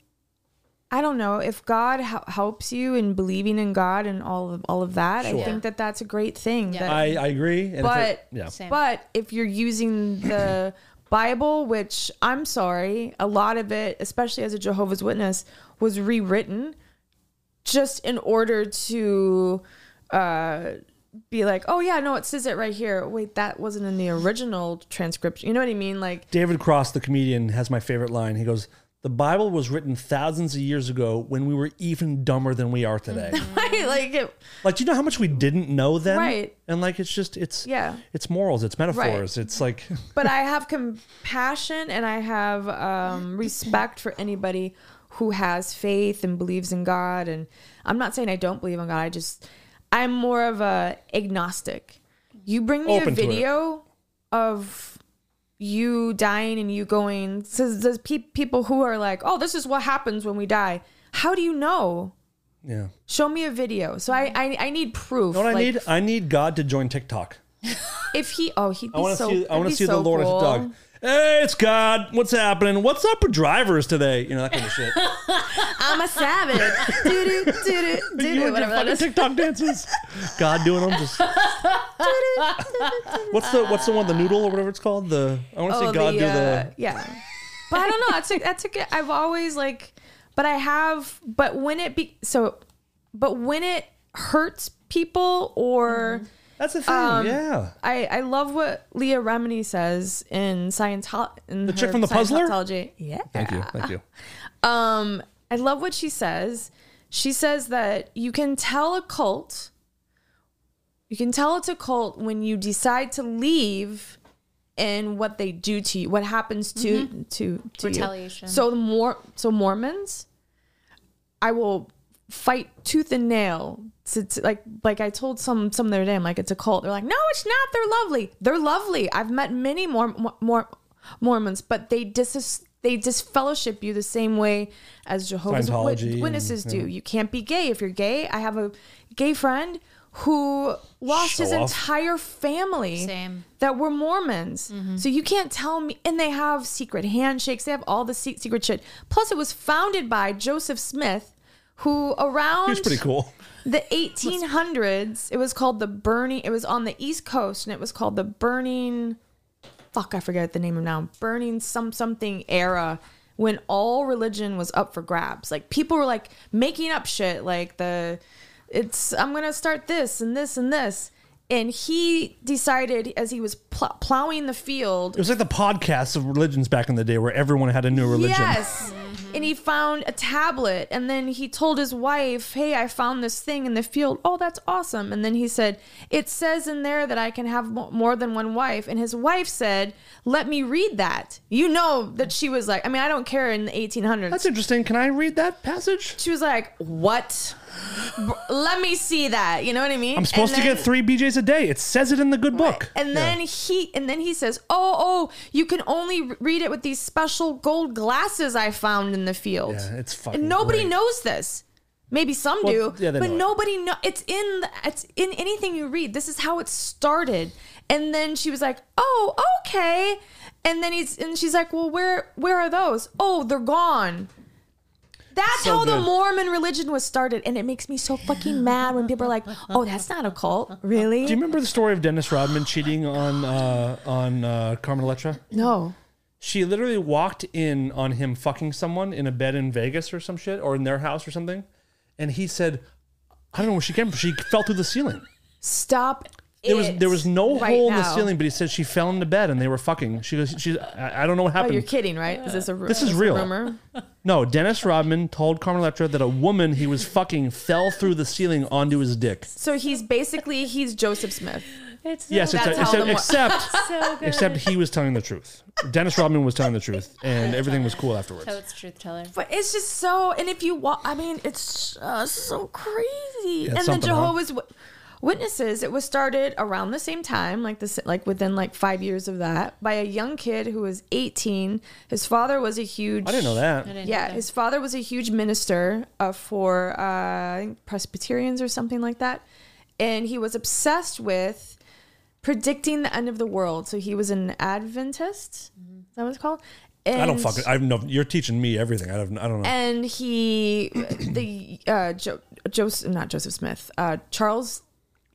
I don't know if God hel- helps you in believing in God and all of all of that. I think that that's a great thing. That, I, I agree. And if it- But- yeah, Same. But if you're (clears throat) using the Bible, which I'm sorry, a lot of it, especially as a Jehovah's Witness, was rewritten just in order to uh, be like, oh yeah, no, it says it right here. Wait, that wasn't in the original transcription. You know what I mean? Like, David Cross, the comedian, has my favorite line. He goes, "The Bible was written thousands of years ago when we were even dumber than we are (laughs) today. right? (laughs) Like, it, like, do you know how much we didn't know then? Right. And like, it's just it's Yeah. it's morals, it's metaphors, it's like (laughs) but I have compassion and I have um, respect for anybody who has faith and believes in God. And I'm not saying I don't believe in God. I just I'm more of a agnostic. You bring me Open a to it. video of you dying and you going. So there's pe- people who are like, "Oh, this is what happens when we die." How do you know? yeah. Show me a video. So I I, I need proof. You know what Like, I need? I need God to join TikTok. If he oh he'd be I want to so see. I want to see the Lord Lord of the Dog. Hey, it's God. What's happening? What's up with drivers today? You know that kind of (laughs) shit. I'm a savage. do do do do do you do and your whatever that fucking is. TikTok (laughs) dances. God doing them. Just what's the what's the one the noodle or whatever it's called? The I want to see God do uh, the. yeah. But I don't know. That's a, that's a good. I've always like, but I have. But when it be so, but when it hurts people or. That's the thing. um, yeah. I, I love what Leah Remini says in Scientology. The chick from The Puzzler? Yeah. Thank you. Thank you. Um, I love what she says. She says that you can tell a cult, you can tell it's a cult when you decide to leave and what they do to you, what happens to to, to Retaliation. You. So the more so Mormons, I will fight tooth and nail to, to- like like I told some some the other day. I'm like it's a cult. They're like no, it's not. They're lovely. They're lovely. I've met many more more Mormons, but they dis they disfellowship you the same way as Jehovah's Wit- Scientology and- Witnesses do. You can't be gay if you're gay. I have a gay friend who lost his Show off. entire family Same. that were Mormons. So you can't tell me. And they have secret handshakes. They have all the se- secret shit. Plus, it was founded by Joseph Smith, who around It's pretty cool. the 1800s. It was called the Burning. It was on the East Coast, and it was called the Burning. Fuck, I forget the name of now. Burning some something era when all religion was up for grabs. Like people were like making up shit. Like the, it's I'm gonna start this and this and this. And he decided as he was pl- plowing the field It was like the podcasts of religions back in the day where everyone had a new religion. Yes. And he found a tablet and then he told his wife, "Hey, I found this thing in the field. Oh, that's awesome." And then he said, "It says in there that I can have mo- more than one wife." And his wife said, "Let me read that." You know that she was like, I mean, I don't care in the 1800s. That's interesting. Can I read that passage? she was like, "What?" Let me see that. You know what I mean? I'm supposed And to then- get three BJ's a day. It says it in the good book. And then he and then he says, "Oh, oh, you can only re- read it with these special gold glasses I found in the field." Yeah, it's fucking and nobody great. knows this. Maybe some Well, do, yeah, they but know it. nobody know. It's in the, it's in anything you read. This is how it started. And then she was like, "Oh, okay." And then he's and she's like, "Well, where where are those? Oh, they're gone." That's So how the good. Mormon religion was started, and it makes me so fucking mad when people are like, "Oh, that's not a cult, really?" Do you remember the story of Dennis Rodman cheating on uh, on uh, Carmen Electra? no. She literally walked in on him fucking someone in a bed in Vegas or some shit, or in their house or something, and he said, "I don't know where she came from. She fell through the ceiling. Stop. There was it there was no right hole in the now. ceiling." But he said she fell into bed and they were fucking. She goes, "She, I, I don't know what Oh, happened." you're kidding, right? Is this a rumor? This is real. rumor? no, Dennis Rodman told Carmen Electra that a woman he was fucking fell through the ceiling onto his dick. So he's basically he's Joseph Smith. It's so, Yes, yes, it's That's how except, the mo- (laughs) except so good. Except he was telling the truth. Dennis Rodman was telling the truth, and everything was cool afterwards. so it's truth teller. But it's just so. And if you walk, I mean, it's just so crazy. it's and the something, huh? Jehovah's Wit- Witnesses. It was started around the same time, like this, like within like five years of that, by a young kid who was 18. His father was a huge. I didn't know that. I didn't know Yeah, that. his father was a huge minister uh, for uh, I think Presbyterians or something like that, and he was obsessed with predicting the end of the world. So he was an Adventist. Is that was called. And, I don't fucking. I've no. You're teaching me everything. I don't. I don't know. And he, the uh, jo- Joseph, not Joseph Smith, uh, Charles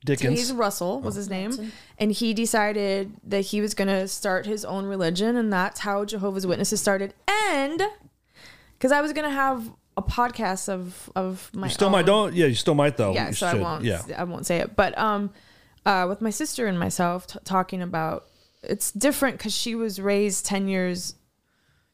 Dickens. Hayes Russell was his name, and he decided that he was going to start his own religion, and that's how Jehovah's Witnesses started. And because I was going to have a podcast of of my You still own. might don't. Yeah, you still might though. yeah, You so I should. won't Yeah. I won't say it, but um, uh, with my sister and myself t- talking about it's different because she was raised ten years,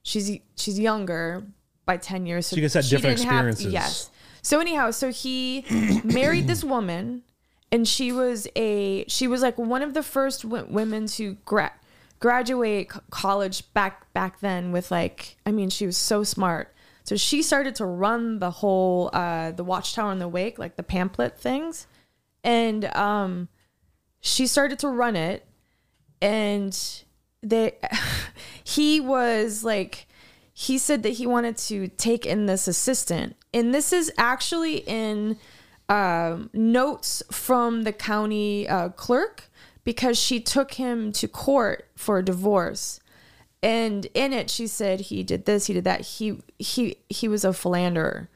she's she's younger by ten years, so She just had different didn't have- experiences. yes. So anyhow, so he (clears throat) married this woman and she was a she was like one of the first w- women to gra- graduate co- college back back then with like I mean she was so smart. So she started to run the whole uh, the Watchtower and the Wake like the pamphlet things, and um, she started to run it, and they (laughs) he was like he said that he wanted to take in this assistant, and this is actually in um, notes from the county uh, clerk because she took him to court for a divorce and in it she said he did this he did that he he he was a philanderer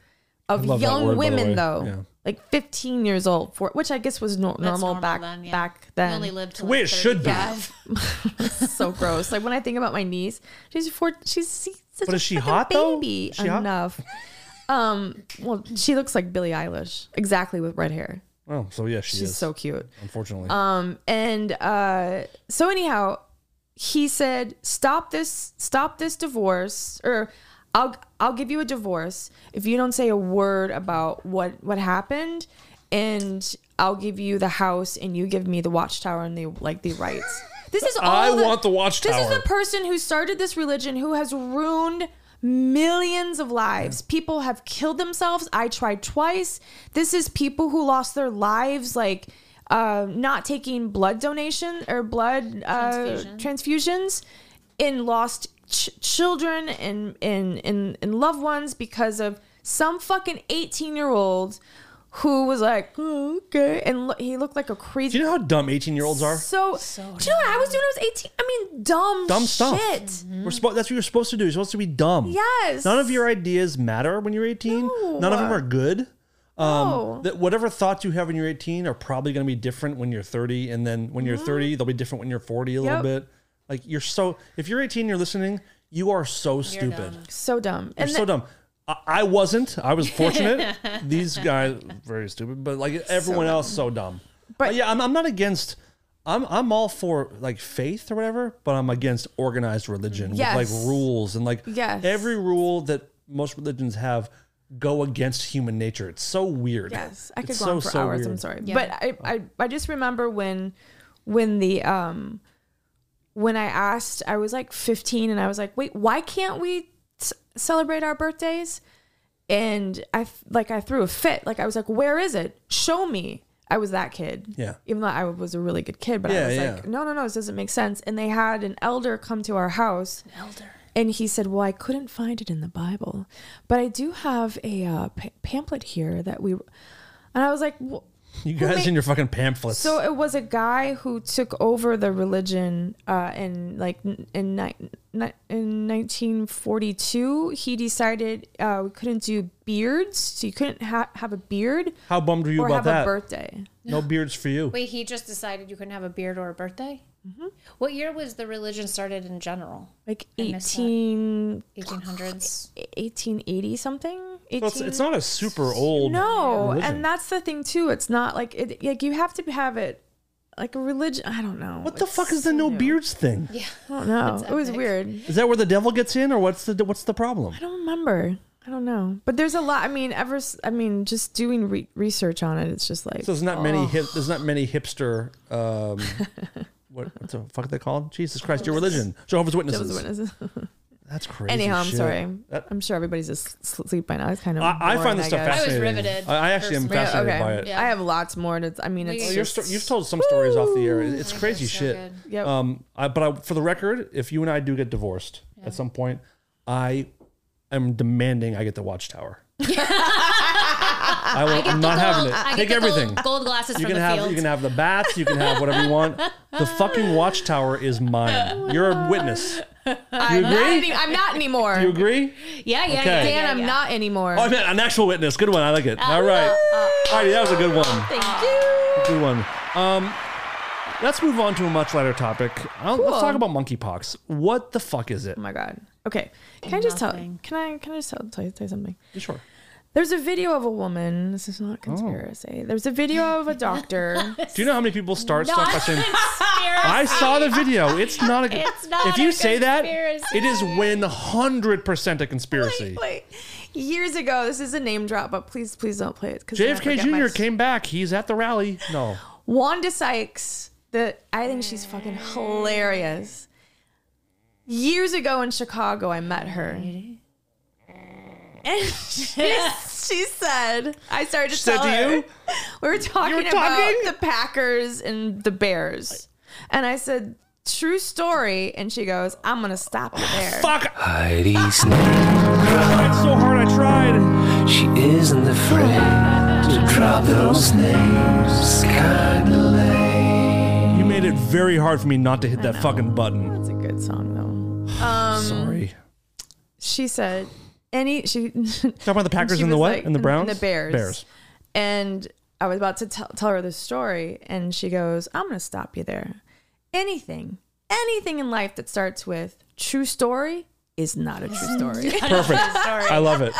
of love that word, young by the way. women though Yeah. like 15 years old for which i guess was no, normal, back That's yeah. back We then only lived to The way like it should be. 35. so gross like when i think about my niece she's four she's, she's such But a is she fucking hot, though? baby Is she hot? enough um well she looks like billie eilish exactly with red hair Well, so yeah, she she's is. so Um, cute unfortunately. and uh, so anyhow, he said, "Stop this! Stop this divorce!" Or I'll I'll give you a divorce if you don't say a word about what what happened, and I'll give you the house, and you give me the watchtower and the like the rights. This is all I want the watchtower. This is the person who started this religion who has ruined millions of lives. People have killed themselves. I tried twice. This is people who lost their lives, like uh, not taking blood donation or blood uh, transfusions, and lost ch- children and, and and and loved ones because of some fucking eighteen year old who was like, "Oh, okay, and lo- he looked like a Do crazy. you know how dumb 18 year olds are? So, do you know what I was doing when I was 18? I mean, dumb, Dumb stuff. shit. We're supposed. That's what you're supposed to do. You're supposed to be dumb. Mm-hmm. Yes. None of your ideas matter when you're 18. None of them are good. Um, No. that whatever thoughts you have when you're 18 are probably going to be different when you're 30 and then when you're 30 they'll be different when you're 40 a Mm-hmm. Yep. little bit like you're so if you're 18 you're listening you are so stupid you're so dumb. And so dumb I, I wasn't i was (laughs) fortunate these guys very stupid but like everyone else so dumb but yeah I'm, I'm not against I'm, I'm all for like faith or whatever but i'm against organized religion with Yes. like rules and like Yes. every rule that most religions have go against human nature it's so weird yes, I could It's go on so, for so hours. I'm weird. sorry, but I, I, I just remember when, when the um, when I asked, I was like 15, and I was like, wait, why can't we c- celebrate our birthdays? and I f- like I threw a fit. Like I was like, "Where is it? Show me." I was that kid. Yeah. Even though I was a really good kid, but Yeah, I was yeah. like, "No, no, no, this doesn't make sense." And they had an elder come to our house. An elder. And he said, "Well, I couldn't find it in the Bible, but I do have a uh, pa- pamphlet here that we." And I was like, "Wh- You guys ma- in your fucking pamphlets. so it was a guy who took over the religion uh, in like n- in, ni- ni- in 1942. He decided uh, we couldn't do beards, so you couldn't ha- have a beard How bummed were you or about have a that? birthday. No beards for you. Wait, he just decided you couldn't have a beard or a birthday? What year was the religion started in general? Like I missed that. 18, 1800s? 1880 something. So 18? it's, it's not a super old. no, religion. and that's the thing too. It's not like it, like you have to have it like a religion. I don't know. What the fuck is the no beards thing? I don't know. It was weird. Is that where the devil gets in, or what's the what's the problem? I don't remember. I don't know. But there's a lot. I mean, ever. s- I mean, just doing re- research on it. It's just like So there's not many hip, there's not many hipster. (laughs) Um, what what the fuck are they called? Jesus Christ, your religion, Jehovah's Witnesses. those witnesses. That's crazy. (laughs) Anyhow, I'm shit. sorry. That- I'm sure everybody's just s- asleep by now. It's kind of. I, I boring, find this stuff guess. was fascinating. riveted I, I actually am for- fascinated okay. by it. Yeah. I have lots more, and it's. I mean, it's. Well, Oh, just, Your sto- you've told some stories off the air. It's crazy so shit. good. Yep. Um, I, but I, for the record, if you and I do get divorced at some point, I am demanding I get the (laughs) watchtower. I will, I am not having it. I Take get the everything. Gold, gold glasses You from can the have field. you can have the bats. You can have whatever you want. The fucking watchtower is mine. You're a witness. I'm, not agree? any- I'm not anymore. Do you agree? yeah, yeah, yeah, Okay. yeah, Dan, yeah, I'm yeah. not anymore. Oh, I meant an actual witness. Good one. I like it. All right. All right. That was a good one. Uh, Thank you. Good one. Um, let's move on to a much lighter topic. I'll- Let's Cool. talk about monkeypox. What the fuck is it? Oh my god. Okay. Can I just tell? Nothing. Can I? Can I just tell, tell, you, tell you something? Sure. There's a video of a woman. This is Oh. not conspiracy. There's a video of a doctor. (laughs) Do you know how many people start stuff by saying, Conspiracy. I saw the video. It's not a. It's not if you a say that, conspiracy. it is one hundred percent a conspiracy. like years ago. This is a name drop, but please, please don't play it. 'cause then I JFK forget my- Jr. came back. He's at the rally. No, Wanda Sykes. The I think she's fucking hilarious. Years ago in Chicago, I met her, and she, she said, "I started to She said tell to her- you? We were talking were about talking? the Packers and the Bears, and I said." True story, and she goes, "I'm gonna stop it there." fuck. I Heidi Snake. tried so hard. I tried. She isn't afraid to drop those names. Kinda lame. You made it very hard for me not to hit that fucking button. That's a good song, though. Um, (laughs) Sorry. She said, "Any she." (laughs) Talk about the Packers she and the was what? like- and the Browns. and the Bears. Bears. And I was about to tell, tell her the story, and she goes, I'm going to stop you there. Anything, anything in life that starts with true story is not a true story. (laughs) Perfect. I love it.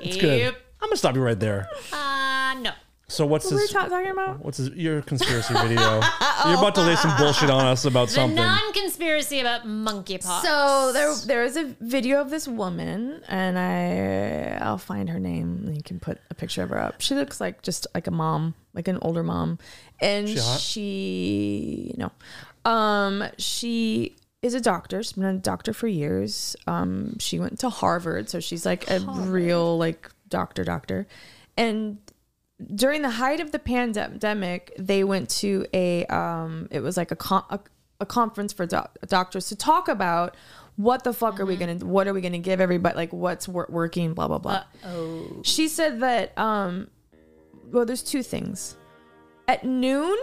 It's good. I'm gonna stop you right there. Uh, no. So what's what are we this? ta- talking about? What's this, your conspiracy (laughs) video? You're about to lay some bullshit on us about The something. non-conspiracy about monkeypox. So there, there is a video of this woman, and I, I'll find her name. And you can put a picture of her up. She looks like just like a mom, like an older mom, and She hot? she, no, um, she is a doctor. She's been a doctor for years. Um, she went to Harvard, so she's like a real like doctor, doctor, and during the height of the pandemic, they went to a um, it was like a con- a, a conference for doc- doctors to talk about what the fuck are we gonna what are we gonna give everybody like what's wor- working blah blah blah. oh She said that um, well, there's two things. At noon,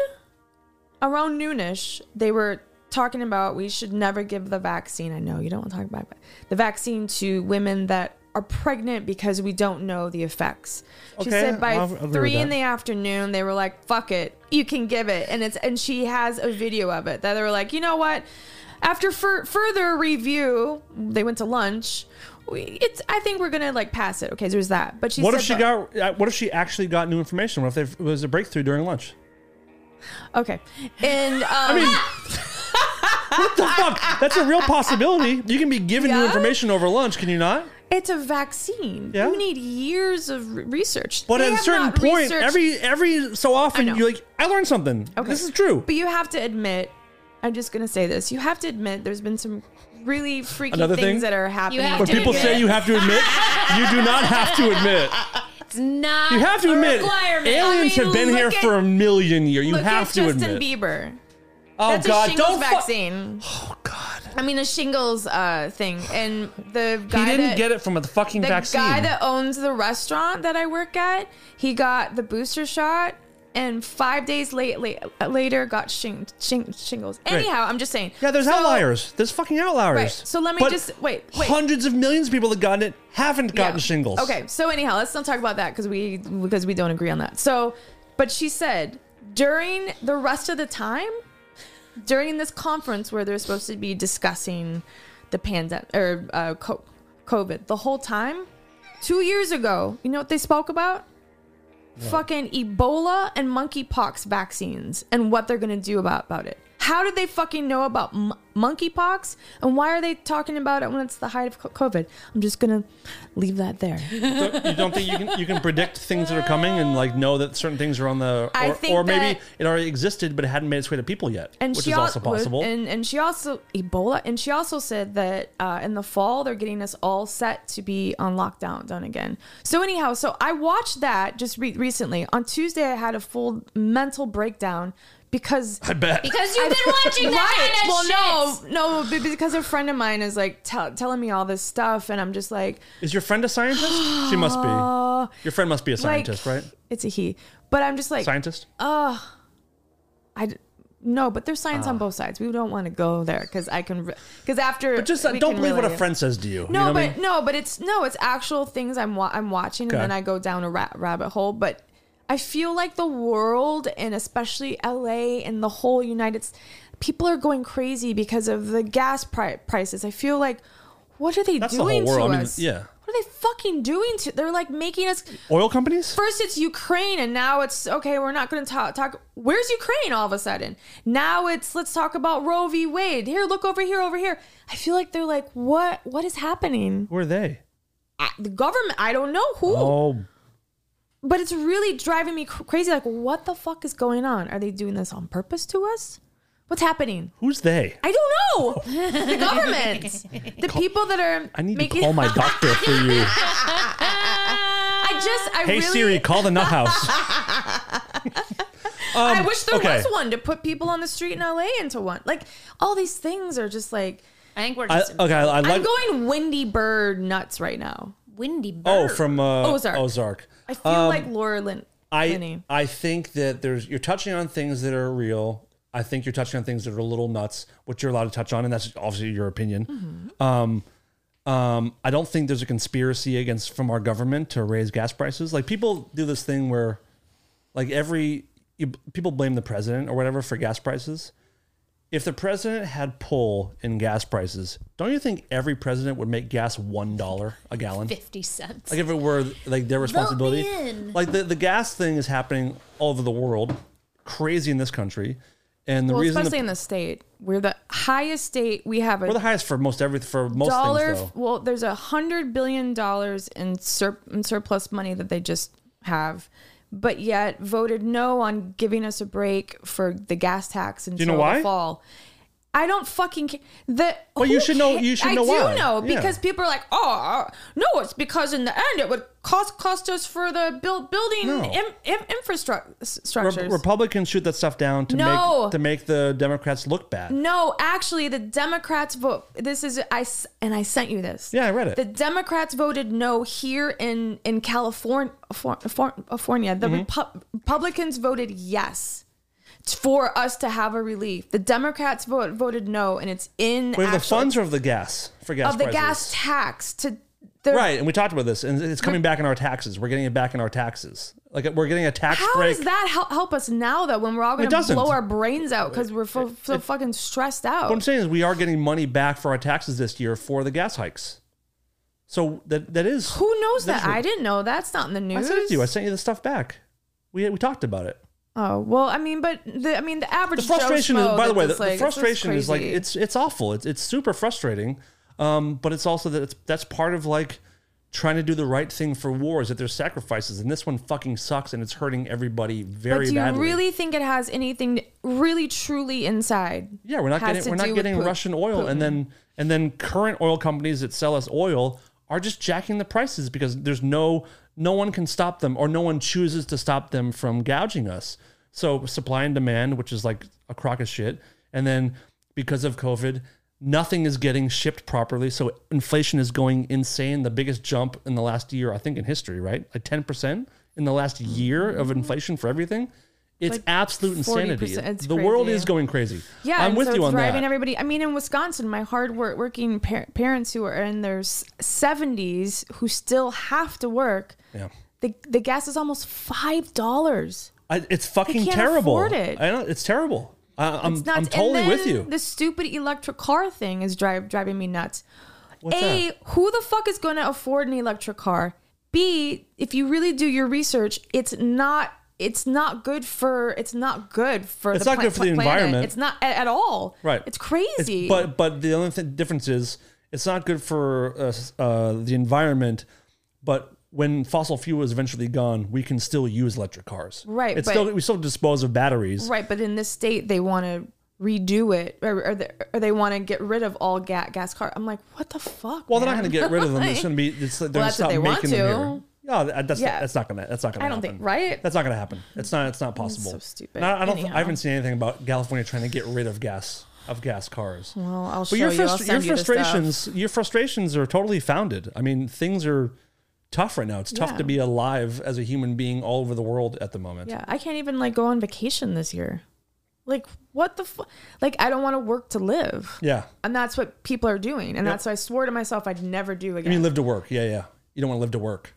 around noonish, they were talking about we should never give the vaccine. I know you don't want to talk about it, the vaccine to women that are pregnant because we don't know the effects. Okay, She said by I'll agree with three in that. the afternoon they were like, "Fuck it, you can give it," and it's and she has a video of it that they were like, you know what? After fur- further review, they went to lunch. We, it's I think we're gonna like pass it. Okay, so there's that. But she What said if she that- got? uh, What if she actually got new information? What if there was a breakthrough during lunch? okay, and um, (gasps) I (laughs) mean, what the fuck? That's a real possibility. You can be given new Yeah. information over lunch, can you not? It's a vaccine. Yeah. You need years of re- research. But They at a have certain not point, researched- every every so often, know. you're like, I learned something. Okay. This is true. But you have to admit, I'm just gonna say this. You have to admit there's been some really freaky Another things thing? that are happening. have When to people admit. (laughs) say you have to admit, You do not have to admit. It's not. You have to a admit. requirement. Aliens I mean, have been look here at- for a million years. You Look have at to Justin admit. Bieber. oh That's God! a shingles don't fuck. vaccine. Oh God! I mean, a shingles uh, thing. (sighs) And the He guy didn't that, get it from a fucking the vaccine. guy that owns the restaurant that I work at, he got the booster shot. And five days late, late later, got shing, shing, shingles. Anyhow, I'm just saying. yeah, there's So- outliers. There's fucking outliers. Right, so let me But just- wait, wait. Hundreds of millions of people that gotten it haven't gotten Yeah. shingles. Okay, so anyhow, let's not talk about that because we because we don't agree on that. So, but she said during the rest of the time, during this conference where they're supposed to be discussing the pandemic or uh, co- COVID, the whole time, two years ago, you know what they spoke about? Fucking Ebola and monkeypox vaccines and what they're gonna do about about it. How did they fucking know about m- monkeypox? And why are they talking about it when it's the height of co- COVID? I'm just gonna leave that there. So you don't think you can you can predict things that are coming and like know that certain things are on the I or, think or maybe that- it already existed but it hadn't made its way to people yet, and which she is al- also possible. And and she also Ebola, and she also said that uh, in the fall they're getting us all set to be on lockdown done again. So anyhow, so I watched that just re- recently on Tuesday. I had a full mental breakdown because I bet. Because you've (laughs) been watching that kind of well, shit. no, no, be- because a friend of mine is like tell telling me all this stuff, and I'm just like, Is your friend a scientist? she (gasps) must be. Your friend must be a scientist, like, uh, right? It's a he, but I'm just like, Scientist? I d- no, but there's science Ah. on both sides. We don't want to go there because I can, because after, Just uh, we don't can believe what a really- friend says to you. you No, know what I but mean? no, but it's no, it's actual things I'm wa- I'm watching, Okay. and then I go down a ra- rabbit hole. But I feel like the world, and especially LA and the whole United, S- people are going crazy because of the gas pri- prices. I feel like, what are they That's the whole doing world. to I mean, us? yeah. What are they fucking doing to? They're like making us. Oil companies? First, it's Ukraine, and now it's okay. We're not going to talk, talk. Where's Ukraine? All of a sudden, now it's let's talk about Roe v. Wade. Here, look over here, over here. I feel like they're like, what? What is happening? Who are they? I- the government i don't know who Oh, but it's really driving me cr- crazy like what the fuck is going on are they doing this on purpose to us what's happening who's they? i don't know the government the people that are I need making to call my (laughs) doctor for you. i just i Hey really Siri, call the nut (laughs) house. Um, i wish there was one to put people on the street in la into one like all these things are just like I think we're I, uh, just okay, I, I like. i'm going windy bird nuts right now windy. Bird. oh, from uh, Ozark. Ozark. i feel like laura lynn Um, I Lenny. I think that there's you're touching on things that are real. I think you're touching on things that are a little nuts, which you're allowed to touch on, and that's obviously your opinion. Um, um, I don't think there's a conspiracy against from our government to raise gas prices. Like people do this thing where, like every you, people blame the president or whatever for gas prices. If the president had pull in gas prices, don't you think every president would make gas one dollar a gallon? Fifty cents. like if it were like their responsibility me in. like the, the gas thing is happening all over the world crazy in this country and the well reason especially the, in the state we're the highest state we have a we're the highest for most every for most dollar. things though Well, there's a hundred billion dollars in, sur- in surplus money that they just have, but yet voted no on giving us a break for the gas tax until you know why? the fall. I don't fucking care. The Well, you who should know- ca- you should I know do why. know Yeah. because people are like, oh no, it's because in the end it would cost cost us for the build building No. im- im- infrastructure. Re- republicans shoot that stuff down to No. make to make the democrats look bad No, actually, the Democrats vote. This is I s- and I sent you this. Yeah, I read it. The Democrats voted no here in in California. California, the Mm-hmm. Repu- Republicans voted yes t- for us to have a relief. The Democrats vote, voted no, and it's in Where the actual- funds are of the gas for gas of the prices. gas tax to the right and we talked about this and it's coming back in our taxes we're getting it back in our taxes like we're getting a tax How break does that help, help us now, though, when we're all going to doesn't. blow our brains out because we're fo- so fucking stressed out? What I'm saying is we are getting money back for our taxes this year for the gas hikes. So that that is Who knows that? is what- I didn't know. That's not in the news. I sent it to you. I sent you the stuff back. We we talked about it. Oh well, I mean, but the I mean, the average The frustration Joe is Schmo by the way, the, that's the like, this frustration is like crazy. it's it's awful. It's it's super frustrating. Um, but it's also that it's that's part of like trying to do the right thing for wars that there's sacrifices and this one fucking sucks and it's hurting everybody very But do you badly. really think it has anything really truly inside? yeah, we're not has getting to we're do not with getting Putin- Russian oil and Putin? then and then current oil companies that sell us oil are just jacking the prices because there's no no one can stop them or no one chooses to stop them from gouging us. So supply and demand, which is like a crock of shit, and then because of COVID, nothing is getting shipped properly. So inflation is going insane. The biggest jump in the last year, I think, in history, right? Like ten percent in the last year of inflation for everything. It's Like absolute insanity. 40%. It's the world crazy. is going crazy. Yeah, I'm and with so you it's on driving that. Everybody, I mean, in Wisconsin, my hard work, working par- parents who are in their seventies who still have to work, yeah. the the gas is almost five dollars. I, it's fucking can't terrible. afford it. I don't, it's terrible. I, I'm, It's nuts. I'm And totally with then you. The stupid electric car thing is drive, driving me nuts. What's A, that? who the fuck is going to afford an electric car? B, if you really do your research, it's not it's not good for it's not good for It's the not pla- good for the planet. environment. It's not at, at all. Right. It's crazy. but but the only th- difference is it's not good for uh, s- uh, the environment. But when fossil fuel is eventually gone, we can still use electric cars. Right, It's but- still we still dispose of batteries. right, but in this state they want to redo it or, or, they, or they want to get rid of all ga- gas car. I'm like, what the fuck? Well, they're man? not going to get rid of (laughs) them. It's going to be it's, they're going to that's stop what they want making to. them here. No, that- that's Yeah. that's not gonna that's not gonna. I don't happen. think- right? That's not gonna happen. It's not it's not possible. so stupid. No, I don't. th- Anyhow. I haven't seen anything about California trying to get rid of gas of gas cars. Well, I'll show But your, Hmm. you. I'll frust- your send you the stuff. frustrations, your frustrations are totally founded. I mean, things are tough right now. It's tough Yeah. to be alive as a human being all over the world at the moment. Yeah, I can't even like go on vacation this year. Like what the fu- like I don't want to work to live. Yeah. And that's what people are doing. And that's what I swore to myself I'd never do You again. mean live to work? Yeah, yeah. You don't want to live to work.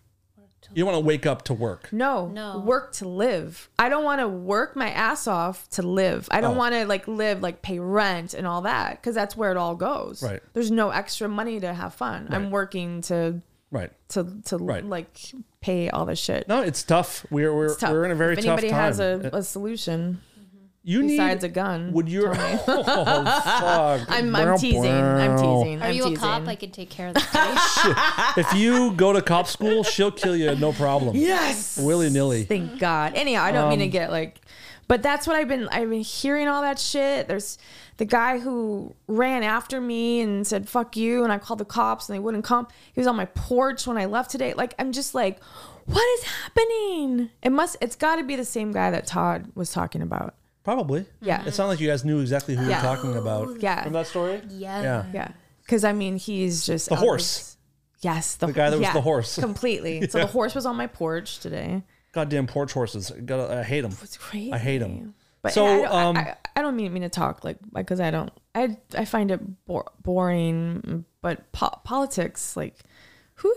You don't want to wake up to work. no, No. work to live. I don't want to work my ass off to live. I don't Oh. want to like live, like pay rent and all that, because that's where it all goes. Right. There's no extra money to have fun. I'm working to Right. to to Right. like pay all this shit. No, it's tough. We're we're, It's tough. we're in a very if tough anybody time. has a, a solution you besides need, a gun, Would your (laughs) oh, fuck. I'm, I'm teasing. I'm teasing. Are I'm you teasing. a cop? I could take care of that. (laughs) if you go to cop school, she'll kill you, no problem. (laughs) Yes. Willy nilly. Thank God. Anyhow, I don't mean Um, to get like, but that's what I've been. I've been hearing all that shit. There's the guy who ran after me and said "fuck you," and I called the cops and they wouldn't come. He was on my porch when I left today. Like I'm just like, what is happening? It must. It's got to be the same guy that Todd was talking about. Probably. Yeah. It sounded like you guys knew exactly who you were Yeah. talking about. Yeah. From that story? yeah. Yeah. Yeah, because I mean, he's just The out horse. of- Yes, the, guy that was yeah, the horse. Completely. (laughs) So the horse was on my porch today. Goddamn porch horses. Gotta, I hate them. It's crazy. I hate them. But So, so I, don't- I- um, I, I don't mean mean to talk like because I don't I I find it bor- boring. But po- politics like, whew,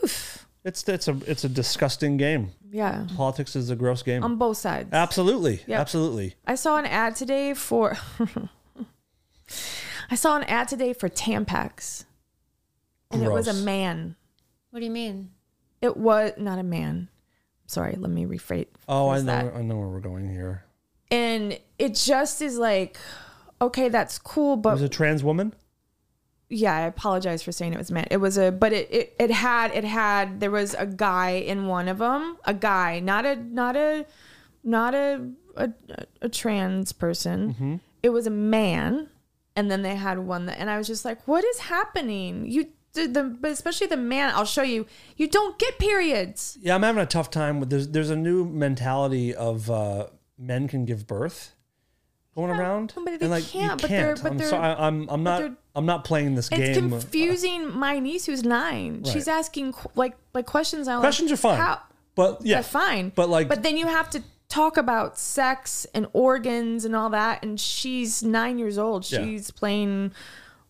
It's it's a it's a disgusting game. yeah, Politics is a gross game. on both sides. Uh, absolutely, Yeah. absolutely. I saw an ad today for. (laughs) I saw an ad today for Tampax, and it was Gross. a man. What do you mean? It was not a man. Sorry, let me rephrase. Oh, I phrase know, that. I know where we're going here. And it just is like, okay, that's cool, It but was a trans woman. yeah, I apologize for saying it was meant. It was a, but it, it it had it had there was a guy in one of them, a guy, not a not a not a a, a trans person. Mm-hmm. It was a man, and then they had one that, and I was just like, what is happening? You the, the but especially the man. I'll show you. You don't get periods. Yeah, I'm having a tough time with. There's there's a new mentality of uh, men can give birth going around, but they can't, you but they're- can't. but I'm they're- sorry, I'm I'm not they're- I'm not playing this It's game. uh, confusing. my niece, who's nine, she's Right. asking qu- like like questions. I'm like, Questions are fine, how- but yeah, they're fine. But like, but then you have to talk about sex and organs and all that. And she's nine years old. Yeah. She's playing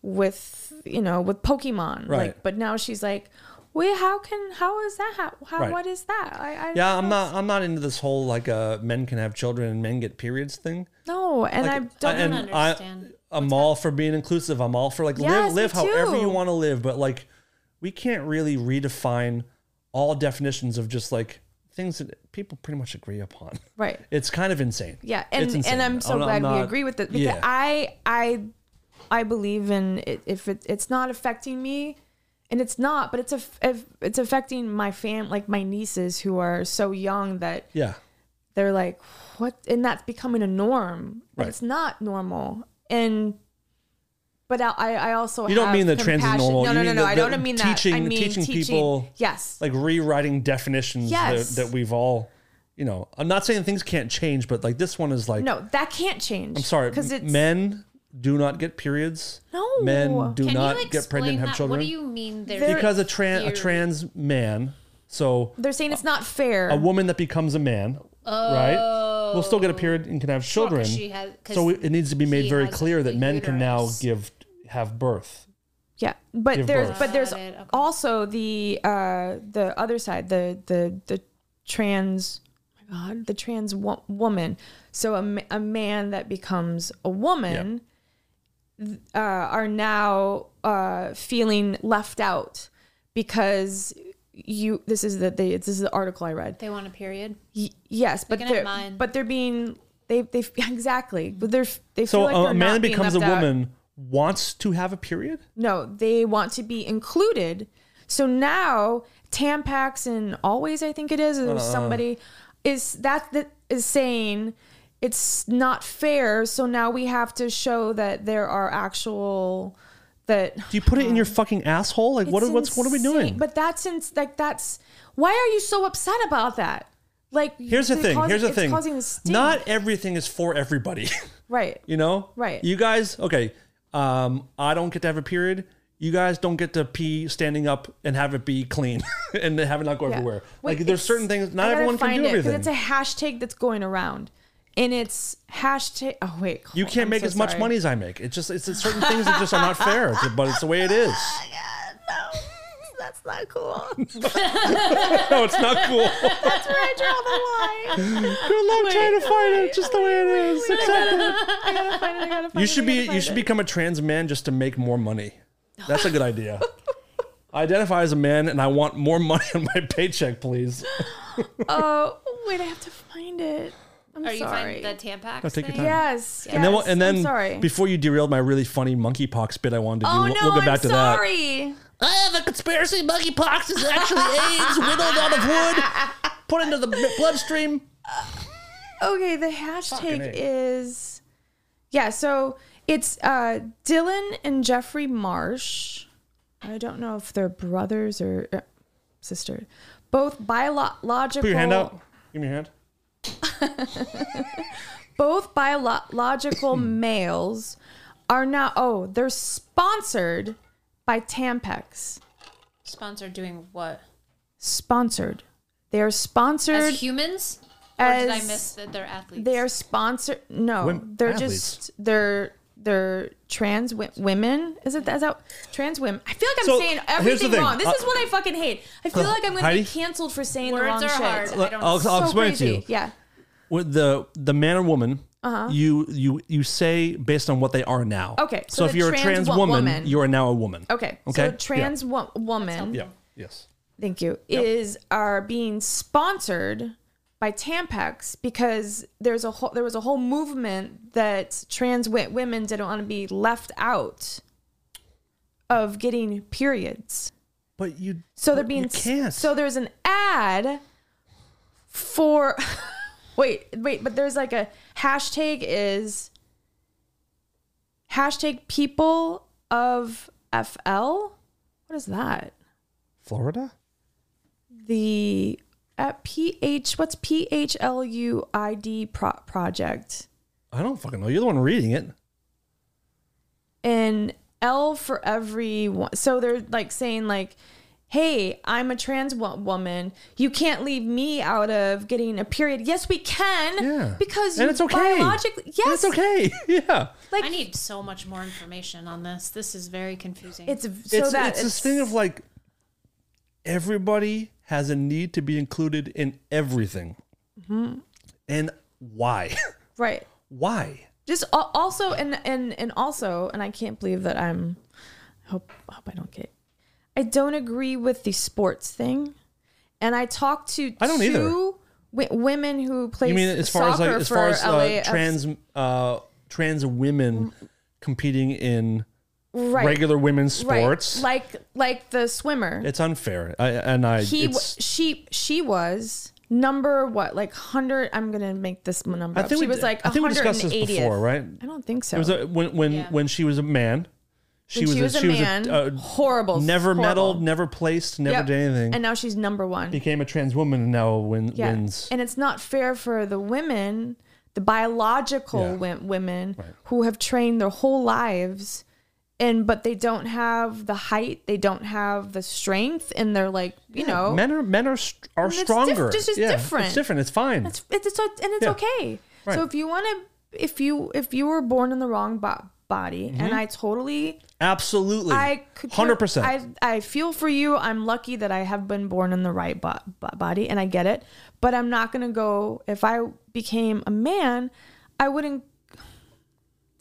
with you know with Pokemon, Right. Like, but now she's like, wait, how can how is that? How, how Right. what is that? I, I yeah, I'm don't- not I'm not into this whole like uh, men can have children and men get periods thing. No, and Like, I don't. and understand. I, I'm all for being inclusive. I'm all for like Yes, live, live me however too. you want to live, but like we can't really redefine all definitions of just like things that people pretty much agree upon. right. It's kind of insane. Yeah, It's and insane. and I'm so not- glad we not- agree with it because yeah, I I I believe in it, if it, it's not affecting me, and it's not, but it's a if it's affecting my fam like my nieces who are so young that yeah, they're like what, and that's becoming a norm. But Right. It's not normal, and But I- I, I also You don't have mean the trans is compassion. normal. No, You no, no, mean no. the- I the don't mean that. I teaching- mean teaching people- Yes. like rewriting definitions Yes. that, that we've all, you know, I'm not saying things can't change, but like this one is like, no, that can't change. I'm sorry, because it's men do not get periods. No. men do Can not you explain get pregnant and that? have children What do you mean? There's There- because a trans a theory? trans man, so They're saying it's not fair. a woman that becomes a man, right, will still get a period and can have children. Oh. 'cause she has- 'cause so it needs to be made he very has clear that the men can now uterus. give have birth. Yeah, but Give there's birth. but there's Got it, okay. also the uh the other side, the the the trans oh my god, the trans wo- woman. So a, ma- a man that becomes a woman th- uh are now uh feeling left out because you this is the they, this is the article I read. they want a period. Y- yes, but can have they're mine. but they're being they they (laughs) exactly. But they're they feel So like a- they're a man not that being becomes a left out. woman wants to have a period. No, they want to be included. So now Tampax and Always, I think it is, Uh-uh. or somebody is that that is saying it's not fair. So now we have to show that there are actual that. Do you put it in your fucking asshole? Like what? Um, It's are- What's what are we doing? insane. But that's since like that's why are you so upset about that? Like Here's the it's thing. causing- Here's the it's thing. Causing a stink. Not everything is for everybody. (laughs) right. You know? Right. You guys, okay. Um, I don't get to have a period. You guys don't get to pee standing up and have it be clean (laughs) and have it not go Yeah. everywhere. Wait, like there's it's- certain things I not gotta everyone can find do it, 'cause everything. It's a hashtag that's going around, and it's hashtag. Oh wait, you can't I'm make so as much sorry. (laughs) money as I make. It's just it's it's certain things that just are not fair. It's- but it's the way it is. (laughs) Oh (laughs) That's not cool. No, it's not cool. I (laughs) draw the line. Good luck trying to fight it. Just the way it is. Accept I gotta find it. I gotta it. find You it, should I be gotta you find should it. become a trans man just to make more money. That's (laughs) a good idea. I identify as a man and I want more (laughs) money on my paycheck, please. Oh wait, I have to find it. I'm Are you sorry. finding the Tampax? take your thing? time. yes, And then, we'll- yes, and then I'm sorry. before you derailed my really funny monkeypox bit, I wanted to do. oh we'll- no, we'll get back I'm to that. sorry. I have a conspiracy. Monkeypox is actually AIDS whittled out of (laughs) wood, put into the bloodstream. Okay, the Fucking A. hashtag is yeah. So it's uh, Dylan and Jeffrey Marsh. I don't know if they're brothers or uh, sister. Both biological. Put your hand out. Give me your hand. both (clears throat) biological males are now oh they're sponsored by tampax Sponsor doing what? sponsored they are sponsored As humans? Or as, did I miss that they're athletes? they are sponsored no Wom- they're athletes. just they're they're trans wi- women is it that's out trans women i feel like i'm So, saying here's the everything thing. wrong this Uh, is what i fucking hate i feel like i'm gonna Heidi? be canceled for saying the Words wrong are shit hard. I don't I'll, I'll so explain crazy. it to you. yeah With the the man or woman, you you you say based on what they are now. Uh-huh. Okay, So, so if the you're a trans trans wo- woman, woman- you are now a woman. okay Okay. so trans wo- woman Yeah. yeah. Yes. thank you is are being sponsored by Tampax because there's a whole there was a whole movement that trans wi- women didn't want to be left out of getting periods. But you. So they're but being You can't. so there's an ad for (laughs) wait wait but there's like a hashtag is hashtag people of FL. What is that? Florida. the at ph what's phluid pro- project I don't fucking know. You're the one reading it. and l for everyone so they're like saying like hey i'm a trans wo- woman you can't leave me out of getting a period yes we can Yeah. because and you it's okay. biologically yes And it's okay. (laughs) yeah. like I need so much more information on this. This is very confusing. it's so it's, that it's, this thing of like everybody has a need to be included in everything Mm-hmm. and why (laughs) right why just al- also and and and also and i can't believe that i'm I hope I hope i don't get i don't agree with the sports thing and i talked to I don't two either. Wi- women who play you mean as far as like as far as uh, LAFC. trans uh trans women competing in Mm-hmm. right, regular women's right. sports like like the swimmer it's unfair I, and i he w- it's, she she was number what like 100 i'm gonna make this m- number I up. think she we- was like I think we discussed this 180th. before, right? i don't think so it was a, when when when she was a man She When she was a she was man, uh, horrible, never horrible. medaled, never placed, never Yep. did anything. And now she's number one. Became a trans woman and now win, Yeah. wins. And it's not fair for the women, the biological Yeah. wo- women who have trained their whole lives and but they don't have the height, they don't have the strength and they're like, you know, men are men are st- are it's diff- stronger. just- it's different. It's different. It's fine. it's it's, it's and it's Yeah. okay. Right. So if you want to if you if you were born in the wrong bo- body and I totally Absolutely. I could Mm-hmm. hundred percent. I I feel for you. I'm lucky that I have been born in the right bo- bo- body, and I get it. But I'm not gonna go. If I became a man, I wouldn't.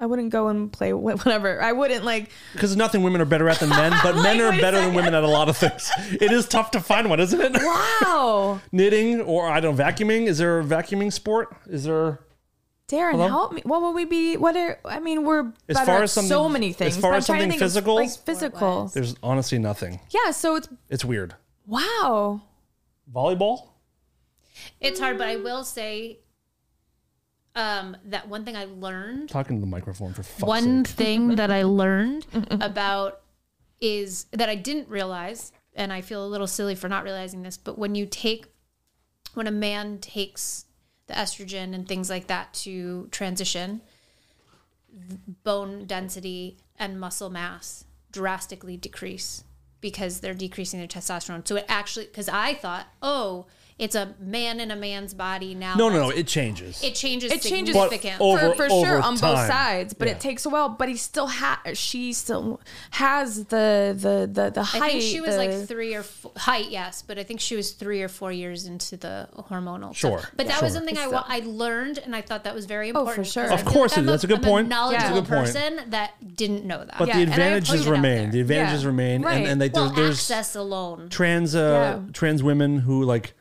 I wouldn't go and play wh- whatever. I wouldn't like. Because nothing women are better at than men, (laughs) but men are wait a better than second. women at a lot of things. It is tough to find one, isn't (laughs) it? Wow, Knitting or I don't know, vacuuming. Is there a vacuuming sport? Is there Darren, help me. What would we be? What are? I mean, we're As better far at as something- so many as things. far but as I'm trying something to think of, physical? like physical. there's honestly nothing. Yeah. So it's It's weird. wow. Volleyball? It's hard, but I will say um, that one thing I learned Talking to the microphone for fuck's one sake. thing that I learned about is that I didn't realize, and I feel a little silly for not realizing this, but when you take, when a man takes the estrogen and things like that to transition, bone density and muscle mass drastically decrease because they're decreasing their testosterone. So it actually, because I thought, oh, it's a man in a man's body now. No, no, no. That's- It changes. It changes. It changes But significantly. over- for, for over sure on both time. sides, but Yeah. it takes a while. But he still ha she still has the the the the height. I think she was the- like three or four, height, yes, but I think she was three or four years into the hormonal. Sure, stuff. but that was sure. something I, wa- I learned, and I thought that was very for important. sure. 'cause I Of feel course like it is. I'm That's a good point. I'm a Yeah. knowledgeable That's a good point. person that didn't know that. but Yeah, the and I advantages pointed out remain. The there. advantages Yeah. remain, Right. and, and they, well, there's access alone. trans uh, Yeah. trans women who like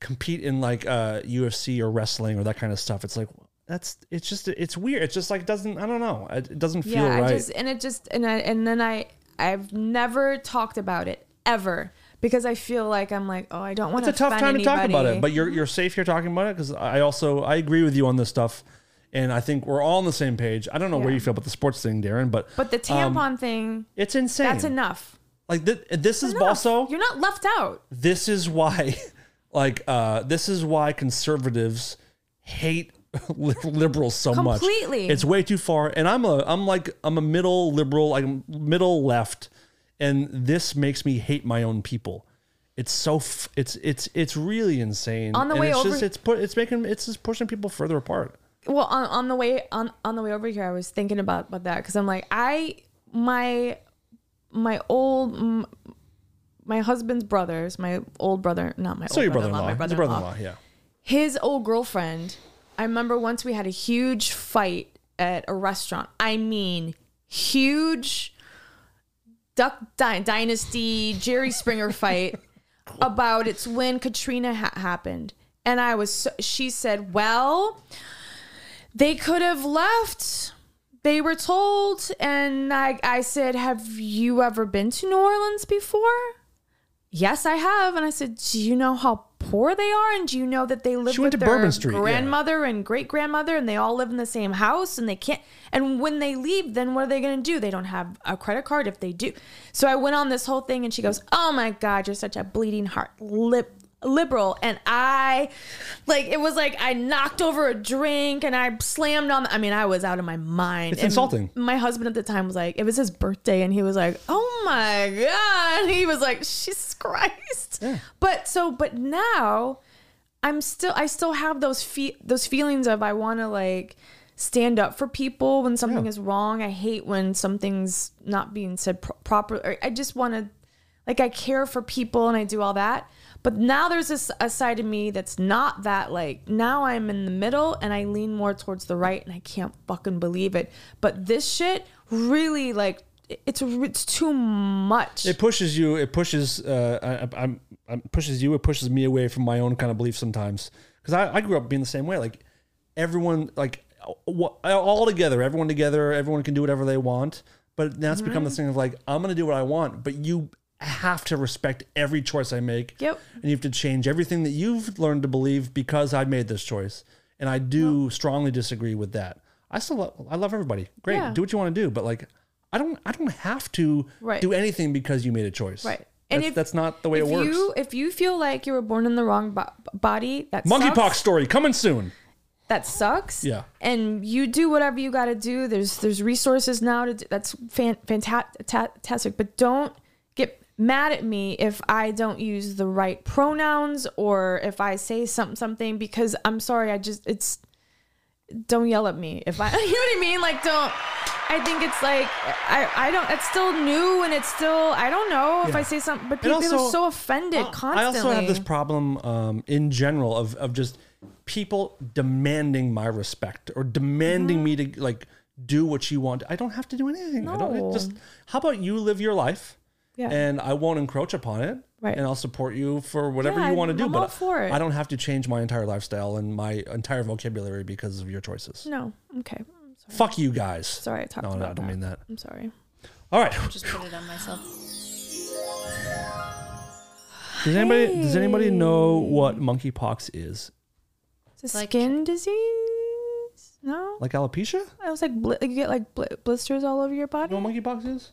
compete in like uh, UFC or wrestling or that kind of stuff. It's like that's it's just it's weird. It's just like doesn't I don't know. It it doesn't feel yeah, right. I just and it just and I and then I I've never talked about it ever because I feel like I'm like oh I don't want it's a tough time to talk about it, But but you're you're safe here talking about it because I also I agree with you on this stuff, and I think we're all on the same page. I don't know where Yeah. you feel about the sports thing, Darren, but but the tampon thing it's insane. that's enough. Like th- this is Enough. also you're not left out. this is why (laughs) like uh this is why conservatives hate (laughs) li- liberals so much Completely. it's way too far and i'm a i'm like i'm a middle liberal like middle left and this makes me hate my own people it's so f- it's it's it's really insane On the and way it's over- just it's put it's making it's just pushing people further apart well on, on the way on, on the way over here i was thinking about about that because i'm like i my my old m- my husband's brothers my old brother not my so old your brother-in-law, my It's your brother-in-law yeah his old girlfriend i remember once we had a huge fight at a restaurant i mean huge duck Dy- dynasty jerry (laughs) springer fight about it's when katrina ha- happened and i was so, she said well they could have left they were told and I, I said have you ever been to new orleans before yes i have and i said do you know how poor they are and do you know that they live She with went to their Bourbon Street, yeah. grandmother and great grandmother and they all live in the same house and they can't and when they leave then what are they going to do they don't have a credit card if they do so i went on this whole thing and she goes oh my god you're such a bleeding heart lip liberal and i like it was like i knocked over a drink and i slammed on the, i mean i was out of my mind It's And insulting. my husband at the time was like it was his birthday and he was like oh my god (laughs) he was like jesus christ but so but now i'm still i still have those fe- those feelings of i want to like stand up for people when something Yeah. is wrong i hate when something's not being said pro- properly i just want to like I care for people and I do all that. But now there's this, a side of me that's not that like now I'm in the middle and I lean more towards the right and I can't fucking believe it. But this shit really like it- it's it's too much. it pushes you it pushes uh I, i'm i pushes you it pushes me away from my own kind of belief sometimes because I, I grew up being the same way like everyone like wh- all together everyone together everyone can do whatever they want but now it's Mm-hmm. become this thing of like i'm gonna do what i want but you have to respect every choice i make Yep. and you have to change everything that you've learned to believe because i made this choice and i do strongly disagree with that i still love, i love everybody great Yeah. do what you want to do but like I don't I don't have to Right. do anything because you made a choice. Right. And And that's, if- that's not the way if it works. you if you feel like you were born in the wrong bo- body, that Monkeypox sucks. story coming soon. that sucks. Yeah. And you do whatever you got to do. There's there's resources now to do. that's fan, fantastic. But don't get mad at me if I don't use the right pronouns or if I say some something because I'm sorry. I just it's don't yell at me if I (laughs) you know what I mean. Like don't. I think it's like I I don't. It's still new and it's still I don't know if Yeah. I say something. And But people also- are so offended I- constantly. I also have this problem um, in general of, of just people demanding my respect or demanding Mm-hmm. me to like do what you want. I don't have to do anything. I don't it No. just how about you live your life Yeah. and I won't encroach upon it. Right. And I'll support you for whatever Yeah, you want to do. I'm but all for it. I don't have to change my entire lifestyle and my entire vocabulary because of your choices. no. Okay. I'm sorry. Fuck you guys. Sorry, I talked No, about no, I don't that. mean that. I'm sorry. All right. Just put it on myself. Does anybody does anybody know what monkeypox is? It's a Like- skin disease? No, Like alopecia? I was like, bl- you get like bl- blisters all over your body. You know what monkeypox is?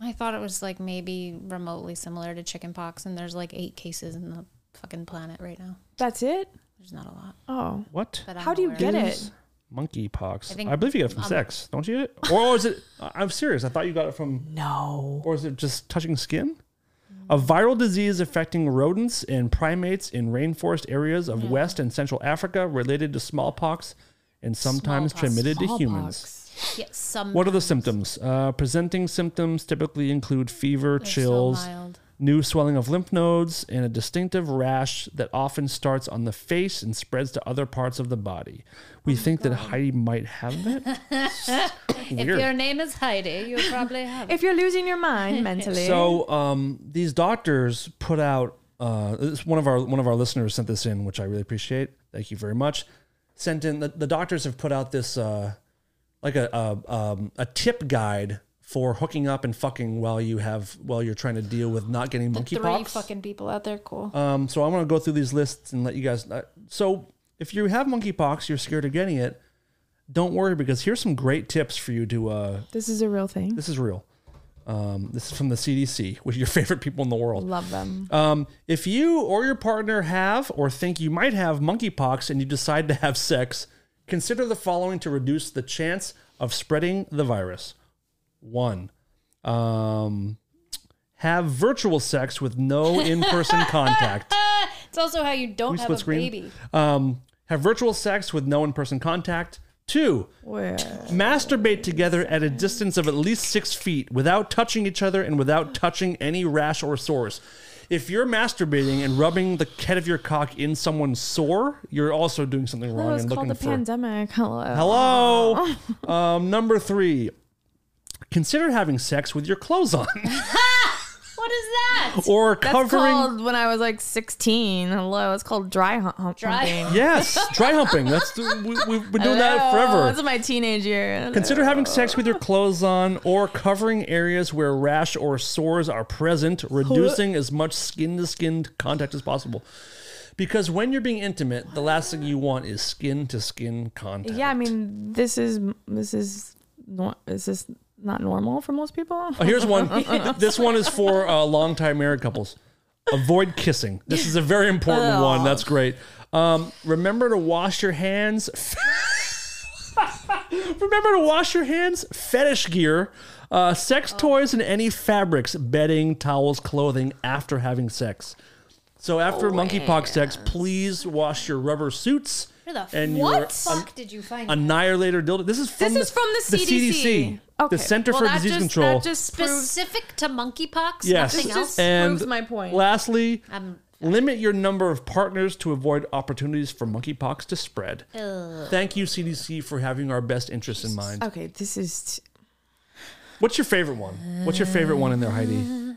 I thought it was like maybe remotely similar to chickenpox, and there's like eight cases in the fucking planet right now. That's it. There's not a lot. Oh, What? But How do you aware. get it? is Monkeypox. I, I think- believe you get it from sex, don't you? Or is it? I- I'm serious. I thought you got it from. No. Or is it just touching skin? A viral disease affecting rodents and primates in rainforest areas of West and Central Africa related to smallpox and sometimes Smallpox. transmitted to humans. Yeah, some. What are the symptoms? Uh, presenting symptoms typically include fever, They're so chills, mild. new swelling of lymph nodes, and a distinctive rash that often starts on the face and spreads to other parts of the body. We think that Heidi might have (laughs) it. Oh If Weird. your name is Heidi, you probably have. it. If you're losing your (laughs) mind mentally, So um, these doctors put out. Uh, this, one of our one of our listeners sent this in, which I really appreciate. Thank you very much. Sent in the, the doctors have put out this uh, like a a, um, a tip guide for hooking up and fucking while you have while you're trying to deal with not getting Three monkeypox. fucking people out there, cool. Um, so I want to go through these lists and let you guys. Uh, so if you have monkeypox, you're scared of getting it. Don't worry because here's some great tips for you to uh, this is a real thing. this is real. Um, this is from the CDC, which your (laughs) favorite people in the world. Love them. Um, if you or your partner have or think you might have monkeypox and you decide to have sex, consider the following to reduce the chance of spreading the virus. One, um, have virtual sex with no in-person contact. (laughs) It's also how you Oh, don't have a baby. Um, have virtual sex with no in-person contact. Two, Where? Masturbate together at a distance of at least six feet without touching each other and without touching any rash or sores. If you're masturbating and rubbing the head of your cock in someone's sore, you're also doing something That wrong was and looking called the Oh. for. pandemic. Hello. Hello. (laughs) um, number three. Consider having sex with your clothes on What is that? or That's covering. called when I was like 16. Hello, it's called dry hump. hump Dry- (laughs) humping. yes, dry humping. That's the, we, we've been doing that Hello, forever. That's my teenage year. Consider having sex with your clothes on or covering areas where rash or sores are present, reducing as much skin to skin contact as possible. Because when you're being intimate, the last thing you want is skin to skin contact. yeah, I mean, this is this is nor- is this not normal for most people? Oh, here's one. (laughs) this one is for uh, longtime married couples. Avoid kissing. This is a very important one. That's great. Um, remember to wash your hands. (laughs) remember to wash your hands. Fetish gear, uh, sex Oh. toys, and any fabrics, bedding, towels, clothing after having sex. So Oh, after monkeypox sex, please wash your rubber suits Where the and what your fuck did you find? that? annihilator dildo. This is from This is from the CDC. the Okay. Center Well, for that Disease just- Control. That just proves Specific to monkeypox? Yes. Nothing else? and proves my point. Lastly, Um, limit your number of partners to avoid opportunities for monkeypox to spread. Thank you, CDC, for having our best interests in mind. okay. This is uh, What's your favorite one? What's your favorite one in there, Heidi?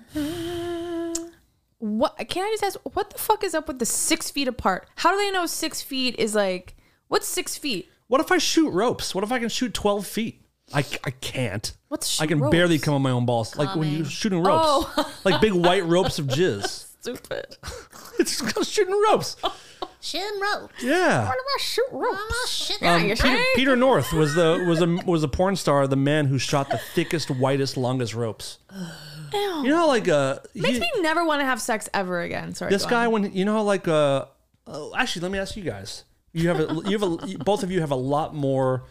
what? Can I just ask what the fuck is up with the six feet apart? How do they know six feet is like what's six feet? What if I shoot ropes? What if I can shoot 12 feet? I, c- I can't. What's I can ropes? barely come on my own balls. Like when you're shooting ropes, Oh. (laughs) like big white ropes of jizz. stupid? Oh. It's just shooting ropes. Shin rope. Yeah. shoot rope. Um, Peter, Peter North was the was a was a porn star, the man who shot the thickest, whitest, longest ropes. You know, how, like uh, he- Makes me never want to have sex ever again. Sorry. this go guy on. when you know, how, like uh, oh, actually, let me ask you guys. You have a, you have a, you- both of you have a lot more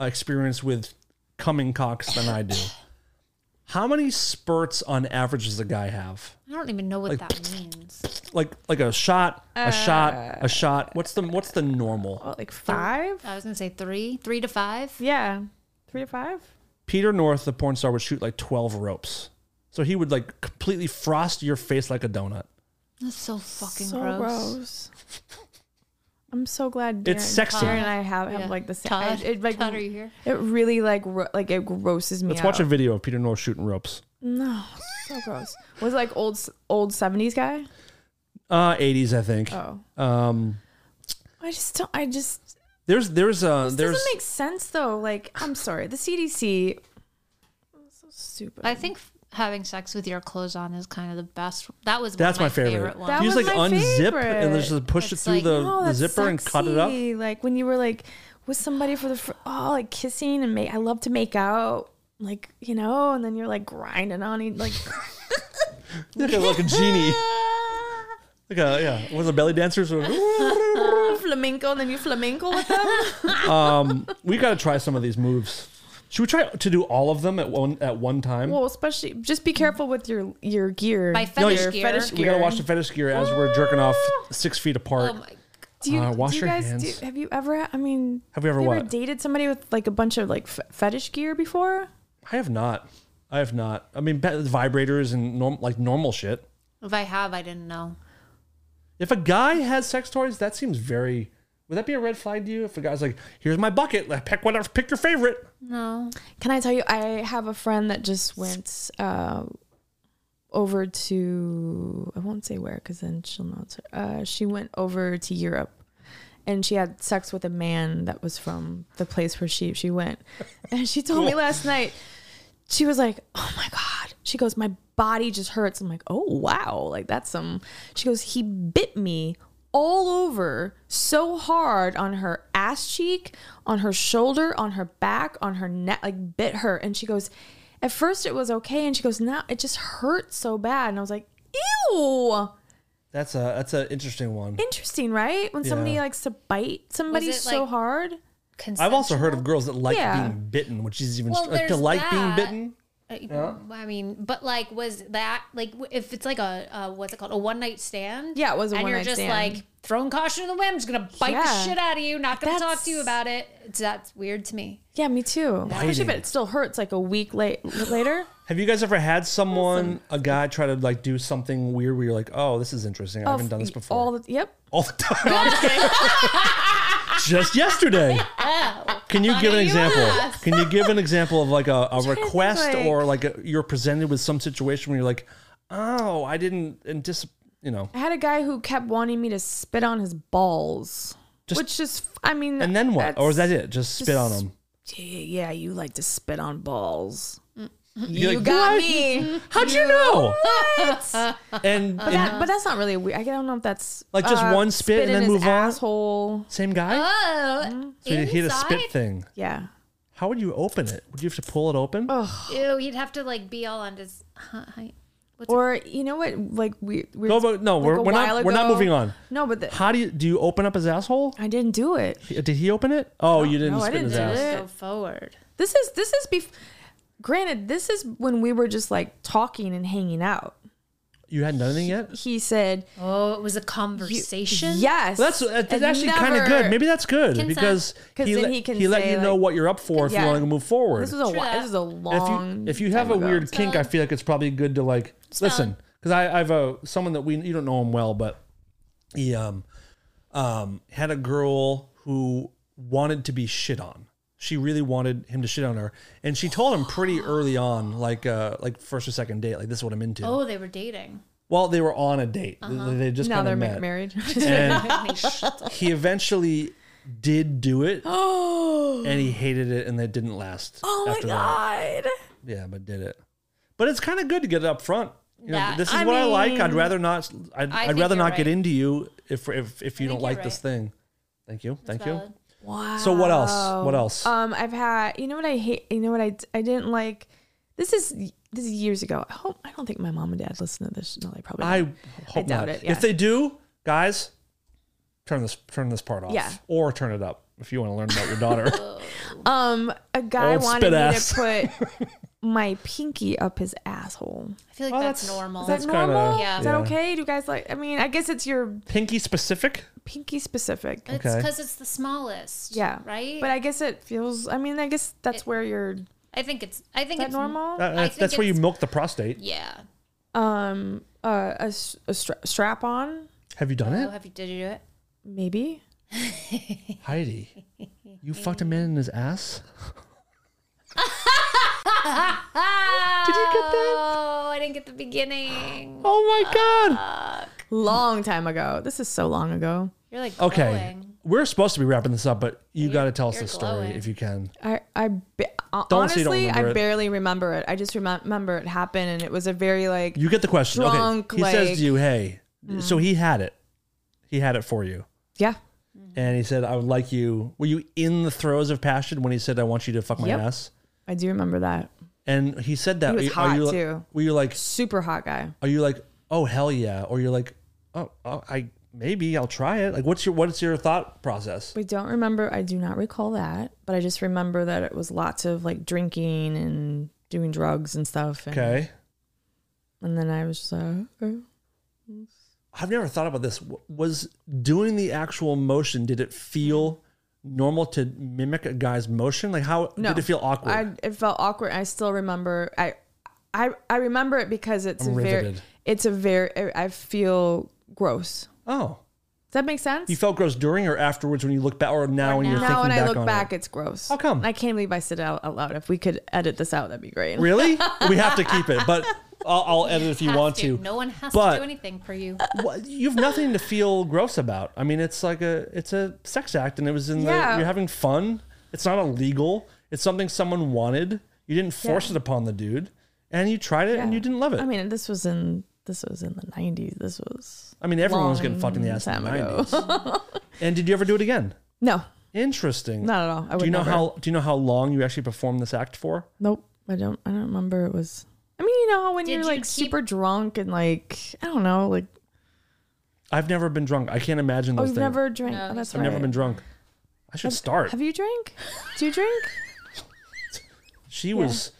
uh, experience with coming cocks than I do. How many spurts on average does a guy have? I don't even know what that means. Like like a shot, a shot, Uh, a shot. What's the what's the normal? What, like five? I was gonna say three, three to five. Yeah. Three to five? Peter North, the porn star, would shoot like 12 ropes. So he would like completely frost your face like a donut. That's so fucking so gross. gross. I'm so glad Darren, It's sexy. Darren and I have, have Yeah. like the same. Todd, it, like, Todd, are you here? It really like ro- like it grosses me Let's out. watch a video of Peter North shooting ropes. No, so gross. Was it like old s- old 70s guy? Uh 80s, I think. Oh. Um I just don't. I just there's there's uh this there's doesn't make sense though. Like I'm sorry, the CDC. So stupid. I think f- having sex with your clothes on is kind of the best. That was that's one my of my, favorite. favorite, one. That you was just like my unzip and favorite. just push it It's through like- the, Oh, the that's zipper and cut it up. sexy. Like when you were like with somebody for the fir- oh like kissing and make. I love to make out. Like you know, and then you're like grinding on it. (laughs) Look Like at like a genie. (laughs) Like a yeah, was a belly dancer. So (laughs) flamenco, and then you flamenco with them. (laughs) we got to try some of these moves. Should we try to do all of them at one at one time? well, especially just be careful with your your gear. By Your fetish gear. we gotta watch the fetish gear as we're jerking off six feet apart. Oh Um, my, Do you, Uh, wash do you your guys hands. Do, have you ever? I mean, Have you ever you what? dated somebody with like a bunch of like f- fetish gear before? I have not. I have not. I mean, ba- vibrators and norm, like normal shit. if I have, I didn't know. If a guy has sex toys, that seems very. Would that be a red flag to you? If a guy's like, "Here's my bucket. Like, pick whatever. Pick your favorite." No, Can I tell you? I have a friend that just went uh, over to I won't say where because then she'll know. It's, uh, she went over to Europe. And she had sex with a man that was from the place where she she went, and she told me last night she was like, "Oh my god." She goes, "My body just hurts." I'm like, "Oh wow." Like that's some She goes, "He bit me all over so hard on her ass cheek, on her shoulder, on her back, on her neck, like bit her." And she goes, "At first it was okay." And she goes, "Now it just hurts so bad." And I was like, "Ew." That's a that's an interesting one. Interesting, right? When somebody Yeah. likes to bite somebody it, so like, hard. I've also heard of girls that like Yeah. being bitten, which is even Well, str- like, to there's like being that. bitten. Uh, I mean, but like, was that like w- if it's like a uh, what's it called a one night stand? Yeah, it was a and you're one-night just stand. like throwing caution to the wind. I'm just gonna bite the Yeah. shit out of you. Not gonna talk That's- to you about it. It's, that's weird (laughs) to me. Yeah, me too. Especially if Biting. it still hurts like a (sighs) week late later. Have you guys ever had someone, a guy, try to like do something weird where you're like, "Oh, this is interesting. I haven't done this before." All the, yep. all the time. (laughs) Just yesterday. Oh. Can you give an example? Can you give an example of like (laughs) a, a request like- or like a, you're presented with some situation where you're like, oh, I didn't, and just, you know, I had a guy who kept wanting me to spit on his balls, Just- which is, I mean, and then what? Or is that that's- it? Just spit on them. Yeah, you like to spit on balls. You're You like, got "What? me. (laughs) How'd you know? (laughs) And, and That- (laughs) but that's not really weird. I don't know if that's uh, Like just one spit and in then his move on? Asshole. same guy? Oh, So you hit a spit thing. Yeah. How would you open it? Would you have to pull it open? Ew, you'd have to like be all on his. Huh, hi- Or you know what? Like we. we No, but no, like we're, a we're while not. We're not ago- moving on. No, but the, How do you do? You open up his asshole? I didn't do it. Did he open it? Oh, you didn't no, I spit in didn't his do ass. it. Just go forward. This is this is bef- granted this is when we were just like talking and hanging out. You hadn't done anything yet. He said, Oh, it was a conversation. "Yes." That's uh, that's and actually kind of never- good. Maybe that's good Consent. because 'Cause he then let, he he, can let say, you know like- what you're up for if Yeah. you want to move forward. This was a whi- that. this is a if long. you if you have a time ago. weird kink, I feel like it's probably good to like listen because I I've a someone that we you don't know him well, but he um um had a girl who wanted to be shit on. She really wanted him to shit on her, and she told him pretty early on, like uh like first or second date, like this is what I'm into. Oh, they were dating. (laughs) Well, they were on a date. They, they just Uh-huh. kind now they're of ma- met. married. (laughs) (gasps) (laughs) and he eventually did do it. and he hated it, and that didn't last. (gasps) oh my god! That. Yeah, but did it. But it's kind of good to get it up front. You know, That- this is I what I like. I'd mean, rather not. I'd, I I'd think rather you're not get right. into you if if if you I don't think you're like this right. thing. Thank you. Thank you. Valid. Wow. So what else? What else? Um, I've had. You know what I hate. You know what I. I didn't like. This is this is years ago. I hope I don't think my mom and dad listen to this. No, they probably. I don't. hope not. doubt it, yeah. If they do, guys, turn this turn this part off. Yeah. Or turn it up if you want to learn about your (laughs) Oh, daughter. Um, a guy Old wanted me spit to (laughs) put my pinky up his asshole. I feel like Oh, that's, that's- normal. Is that That's kinda- normal? Yeah. Is that okay? Do you guys like? I mean, I guess it's your Pinky specific. pinky specific. It's Okay. because it's the smallest. Yeah. Right. But I guess it feels. I mean, I guess that's where you're. Is I think it's. I think that it's normal? That- I think that's where you it's- milk the prostate. Yeah. um, uh, a, s- a stra- strap on, Have you done Oh, it, have you did you do it? maybe. Heidi? You fucked (laughs) a man in his ass. Did you get that? Oh, I didn't get the beginning. Oh my Uh, god. Long time ago. This is so long ago. You're like Okay, glowing. we're supposed to be wrapping this up, but you got to tell us you're the story glowing. if you can. I, I ba- uh, Don't say you honestly, don't remember I it. barely remember it. I just remem- remember it happened, and it was a very like You get the question. Drunk, okay. He says like- mm-hmm. to you, "Hey." So he had it. He had it for you. yeah, Mm-hmm. And he said, "I would like you." Were you in the throes of passion when he said, "I want you to fuck my Yep. ass"? I do remember that. And he said that. He was Are you- are hot, you, too. Were you like, Super hot guy. are you like, oh hell yeah, or you're like, oh, oh I maybe I'll try it. Like, what's your what's your thought process? I don't remember. I do not recall that, but I just remember that it was lots of like drinking and doing drugs and stuff. And, Okay, And then I was just like, "Oh, okay. I've never thought about this. W- Was doing the actual motion? Did it feel normal to mimic a guy's motion? Like, how No. did it feel awkward? I it felt awkward. I still remember. I I I remember it because it's I'm a very. riveted. It's a very. I I feel gross. oh, Does that make sense? you felt gross during or afterwards when you look back, or now when you're now. thinking now when back I look on back, it? it's gross. How come? I can't believe I said it out, out loud. If we could edit this out, that'd be great. Really? we have to keep it, but I'll, I'll edit if you Have want to. No one has But- to do anything for you. Well, you've nothing to feel gross about. I mean, it's like a it's a sex act, and it was in the Yeah. you're having fun. It's not illegal. It's something someone wanted. You didn't force it upon the dude, and you tried it, and you didn't love it. I mean, this was in this was in the '90s. This was everyone was getting fucked in the long ass in the time ago. nineties. (laughs) and did you ever do it again? no, Interesting. not at all. I would do you know never. how do you know how long you actually performed this act for? Nope, I don't. I don't remember. It was. I mean, you know, how when Did you're you like keep- super drunk and like I don't know, like I've never been drunk. I can't imagine oh, those you've things. never drank. Oh, that's I've never right. been drunk. I should start. Have you drank? Do you drink? She was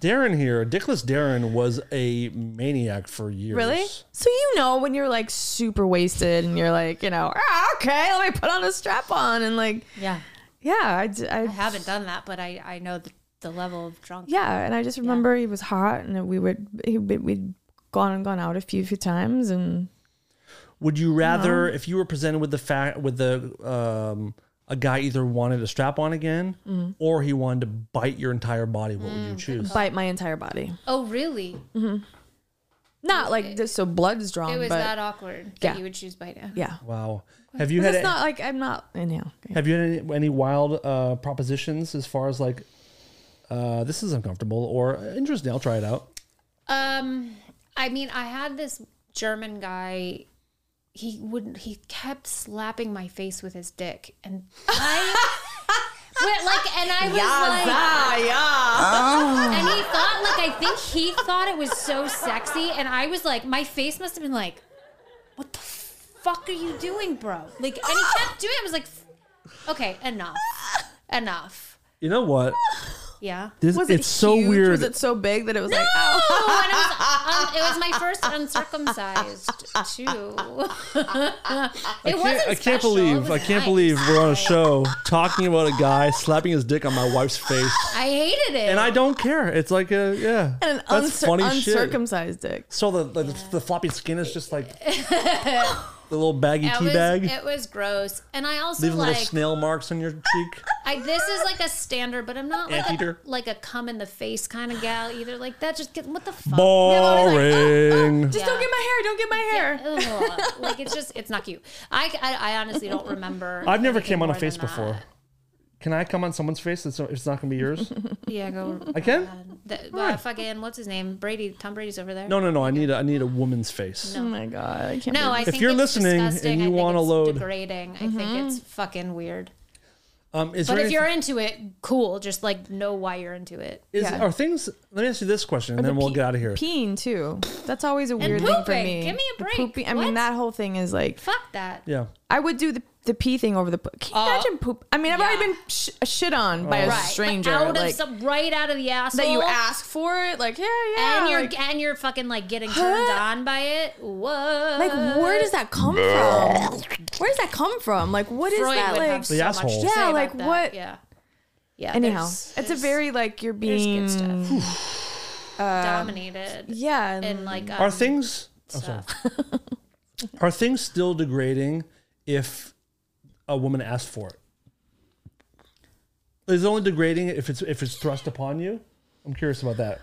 Darren here. Dickless Darren was a maniac for years. Really? So you know when you're like super wasted and you're like, you know, ah, okay, let me put on a strap on and like, Yeah. yeah, I, d- I- I haven't done that, but I, I know the, the level of drunk. yeah, and I just remember he was hot and we would he, would- we'd gone and gone out a few few times and Would you rather if you were presented with the fact with the um a guy either wanted a strap on again Mm. or he wanted to bite your entire body, what would you choose? bite my entire body. Oh, really? Mm-hmm. Not like just so blood's drawn, It was but that awkward that Yeah. you would choose bite it. yeah. Wow. Have you But had it's not like I'm not, you know. have you had any, any wild uh, propositions as far as like uh, this is uncomfortable or uh, interesting, I'll try it out. Um, I mean, I had this German guy. He wouldn't. He kept slapping my face with his dick, and (laughs) I, Well, like, and I was like, Ah, and he thought, like, I think he thought it was so sexy, and I was like, my face must have been like, what the fuck are you doing, bro? Like, and he kept doing. it. I was like, okay, enough, enough, You know what? (laughs) yeah. This, Was it's it so huge? weird. Was it so big that it was like, oh, Oh, and it was, um, it was my first uncircumcised (laughs) too. it I wasn't can't, I can't special, it believe was I can't nice. believe we're on a show talking about a guy slapping his dick on my wife's face, I hated it. and I don't care. It's like a yeah, an that's uncir- funny shit. uncircumcised dick? So the, the the floppy skin is just like (laughs) the little baggy it tea was, bag. It was gross, and I also Leave little like snail marks on your (laughs) cheek. I, this is like a standard, but I'm not like a, Anteater. like a cum in the face kind of gal either. Like that, just get what the fuck. Boring. (laughs) Just Yeah. don't get my hair. Don't get my hair. Ugh. like it's just it's not cute. I I, I honestly don't remember. (laughs) I've never anything came on a more than face that. before. Can I come on someone's face? It's, it's not going to be yours. Yeah, go. (laughs) I can. The, uh, fucking what's his name? Brady. Tom Brady's over there. No, no, no. I need a, I need a woman's face. Oh my god, I can't. No, I think you're it's listening and disgusting. you I think wanna it's load- degrading. I think Mm-hmm. it's fucking weird. Um, is But there if you're anyth- into it, cool. Just like know why you're into it. is, yeah. are things? Let me ask you this question, and then we'll pee- get out of here. peeing too. That's always a weird thing for pooping. me. Give me a The break. pooping- I What? mean, that whole thing is like Fuck that. yeah. I would do the, the pee thing over the. po- Can you Oh. imagine poop? I mean, I've already Yeah. been sh- shit on Oh. by a Right. stranger, out like of some, right out of the asshole that you ask for it. Like yeah, yeah. and you're like, and you're fucking like getting turned on by it. Whoa. like, where does that come from? Where does that come from? Like, what is Freud that would like? have so The much to asshole. say Yeah, about like, that. what- Yeah. Yeah. Anyhow, there's- it's a there's- very like you're there's being good stuff. Dominated. yeah And like Are um, things? oh, sorry. (laughs) are things still degrading if a woman asks for it? Is it only degrading if it's if it's thrust upon you? I'm curious about that.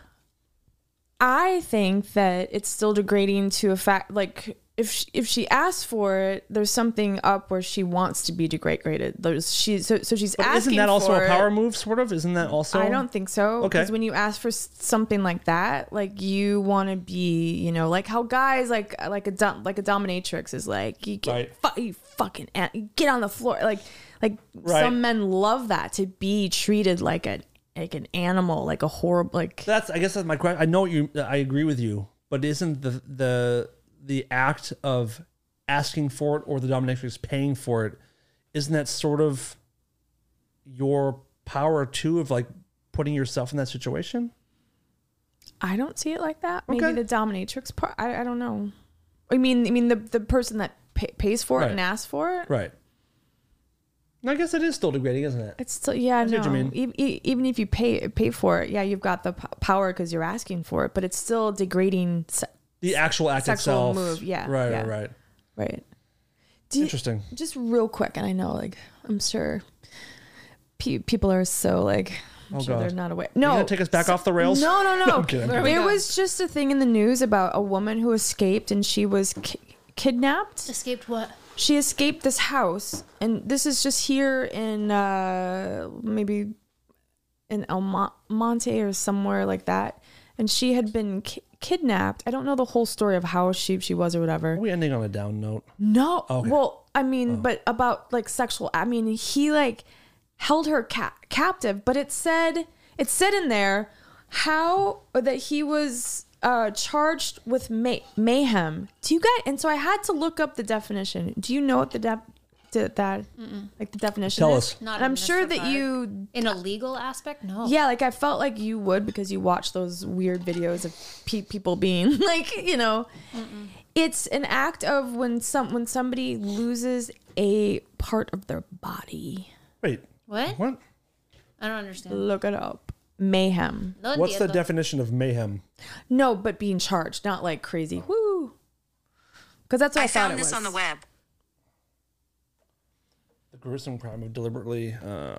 I think that it's still degrading to a fact like if she, if she asks for it, there's something up where she wants to be degraded. There's she so, so she's But asking isn't that also for a power It. move? Sort of. Isn't that also? I don't think so. Okay. Because when you ask for s- something like that, like you want to be, you know, like how guys like like a dom- like a dominatrix is like you get Right. fu- you fucking a- you get on the floor like like Right. some men love that to be treated like an like an animal like a horrible like That's. I guess that's my question. I know you. uh, I agree with you. But isn't the the the act of asking for it or the dominatrix paying for it? Isn't that sort of your power too of like putting yourself in that situation? I don't see it like that. Maybe Okay. the dominatrix part. I, I don't know. I mean, I mean the the person that pay, pays for Right. it and asks for it. Right. And I guess it is still degrading, isn't it? It's still yeah. see no. what you mean. E- e- even if you pay pay for it, yeah, you've got the p- power because you're asking for it. But it's still degrading, se- The actual act Sexual itself. move, yeah, Right. yeah. Right. Right. right? Do you- Interesting. Just real quick, and I know, like, I'm sure pe- people are so like. I'm Oh, sure they're God. not aware. No, gonna take us back off the rails? No, no, (laughs) no. I'm kidding. There there was just a thing in the news about a woman who escaped, and she was ki- kidnapped. escaped what? she escaped this house and this is just here in uh maybe in el Mo- monte or somewhere like that and she had been ki- kidnapped i don't know the whole story of how she she was or whatever Are we ending on a down note? no Okay. Uh-huh. well i mean but about like sexual i mean he like held her ca- captive but it said it said in there how that he was uh charged with may- mayhem do you guys and so i had to look up the definition do you know what the def to that like the definition Tell is? us. Not and i'm in this sure that regard. you In a legal aspect? No. yeah, like I felt like you would because you watch those weird videos of pe- people being (laughs) like, you know, it's an act of when some when somebody loses a part of their body. Wait. What? What? I don't understand. Look it up. Mayhem. No What's the entiendo. definition of mayhem? No, but being charged, not like crazy. Woo. Because that's what I, I thought found it this was. on the web. The gruesome crime of deliberately uh,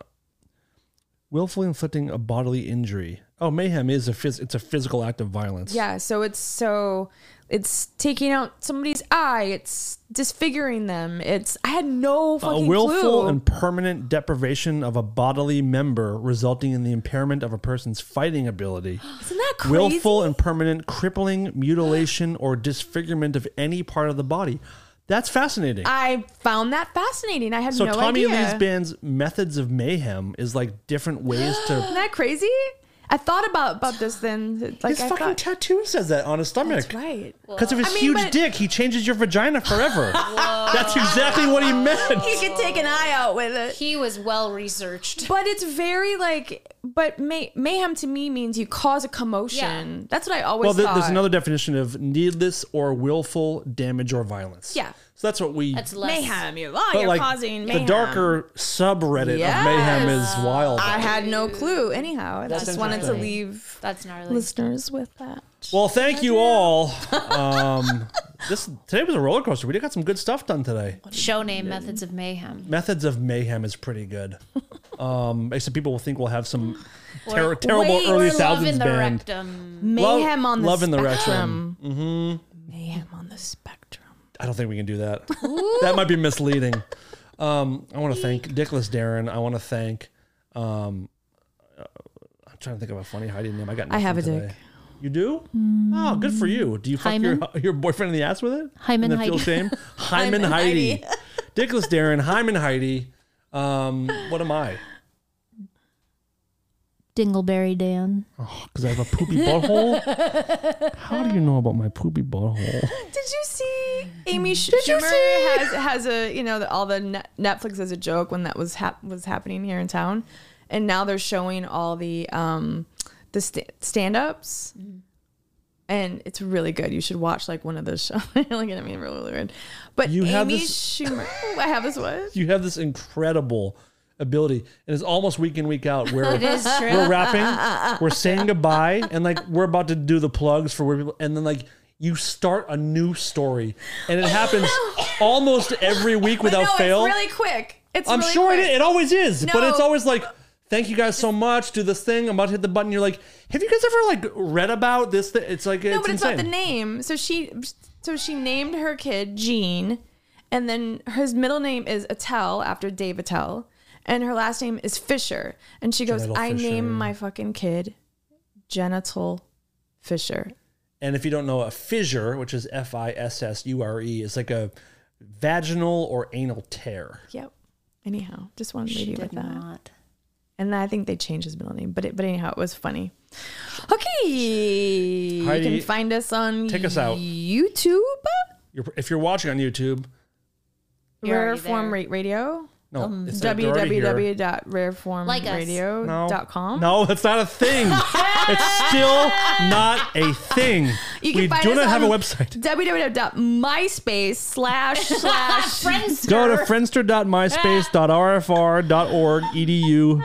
willfully inflicting a bodily injury. Oh, mayhem is a phys- it's a physical act of violence. Yeah, so it's so it's taking out somebody's eye. It's disfiguring them. It's I had no A fucking willful clue. and permanent deprivation of a bodily member resulting in the impairment of a person's fighting (gasps) ability. Isn't that crazy? willful and permanent crippling, mutilation, or disfigurement of any part of the body. That's fascinating. I found that fascinating. I had so no Tommy idea. Lee's band's methods of mayhem is like different ways Isn't to. that crazy? I thought about about this then. (gasps) Like His I fucking thought, tattoo says that on his stomach. that's right. Because of his I mean, huge but- dick, he changes your vagina (laughs) forever. That's exactly what he You meant. could take an eye out with it. He was well researched. (laughs) But it's very like, but may, mayhem to me means you cause a commotion. That's what I always Well, there- thought. there's another definition of needless or willful damage or violence. Yeah. So that's what we. That's less. mayhem. You're, oh, but you're like causing the mayhem. darker subreddit of Yes. mayhem is wild. I had no clue. Anyhow, I just wanted to interesting. leave That's gnarly. listeners with that. Well, thank you (laughs) all. Um, this today was a roller coaster. We got some good stuff done today. Show name methods of mayhem. Methods of mayhem is pretty good. (laughs) Um, except people will think we'll have some ter- Or- terrible wait, early Or love in thousands the band. rectum. Mayhem on the love in the spectrum. Mm-hmm. Mayhem on the spectrum. I don't think we can do that. that might be misleading. Um, I want to thank Dickless Darren. I want to thank Um, uh, I'm trying to think of a funny Heidi name. I got. I have nothing a today. You do? Oh, good for you. Do you fuck your, your boyfriend in the ass with it? Hyman and then feel Heidi. shame. Hyman, Hyman Heidi. (laughs) Dickless Darren. Hyman Heidi. Um, what am I? Dingleberry Dan. Because I have a poopy butthole. How do you know about my poopy butthole? Did you see Amy Sh- you Schumer see? has has a you know the, all the net Netflix as a joke when that was hap- was happening here in town, and now they're showing all the um the st- stand ups, Mm-hmm. and it's really good. You should watch like one of those (laughs) shows. You're looking at me really, really weird, but You Amy have this- Schumer, I have (laughs) this what? You have this incredible ability, and it's almost week in week out where It is true. we're wrapping, we're saying goodbye, and like we're about to do the plugs for where people, and then like you start a new story, and it happens almost every week Oh, (laughs) But without no, fail. It's really quick. It's I'm really sure it, quick. it always is, but it's No. always like, thank you guys so much. Do this thing. I'm about to hit the button. You're like, have you guys ever like read about this? Thing? It's like No, it's but it's insane. about the name. So she so she named her kid Jean, and then his middle name is Attell after Dave Attell, and her last name is Fisher. And she goes, Genital I Fisher. name my fucking kid Genital Fisher. And if you don't know, a fissure, which is F I S S U R E, is like a vaginal or anal tear. Yep. Anyhow, just wanted to leave you with Did that. not. And I think they changed his middle name, but it, but anyhow, it was funny. Okay, you Heidi, can find us on take us out. YouTube, You're, if you're watching on YouTube, You're Rare already Form there. Rate Radio. no, Um, it's there, you're already here. www.rareformradio.com. No, that's not a thing. (laughs) it's still not a thing. You can we find do us not have a on (laughs) website. www.myspace (laughs) slash slash Friendster. Go to E friendster.myspace.rfr.org.edu.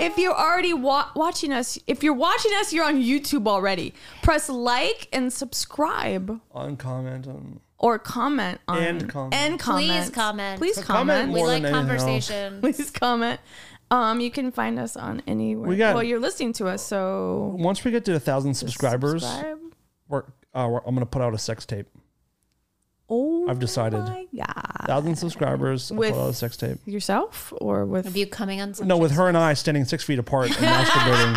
If you're already wa- watching us, if you're watching us, you're on YouTube already. Press like and subscribe Uncomment on. or comment on And comment. and Please comment. Please So comment comment. we more like than anything else. (laughs) conversation. Please comment. Um, you can find us on anywhere. We got- well, you're listening to us, so Once we get to a thousand subscribers, subscribe. We're, uh, we're, I'm going to put out a sex tape. Oh, I've decided. my God. Thousand subscribers. I'll Uh, With- put out a sex tape. Yourself or with Of you coming on some No, with her and I standing six feet (laughs) apart and masturbating.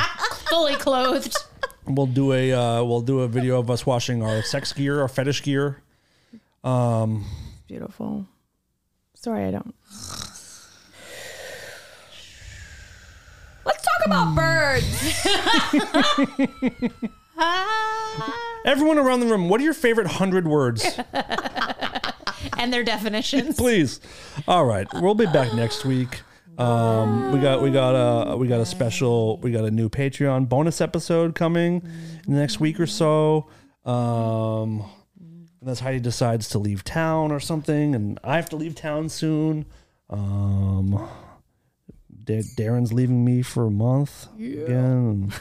fully clothed. (laughs) We'll do a uh, we'll do a video of us washing our sex gear, our fetish gear. Um, beautiful. Sorry, I don't. Let's talk about birds. everyone around the room, what are your favorite hundred (laughs) words? and their definitions. Please. All right, we'll be back next week. Um, we got we got a we got a special we got a new Patreon bonus episode coming in the next week or so. Um, unless Heidi decides to leave town or something, and I have to leave town soon. Um, Da- Darren's leaving me for a month again.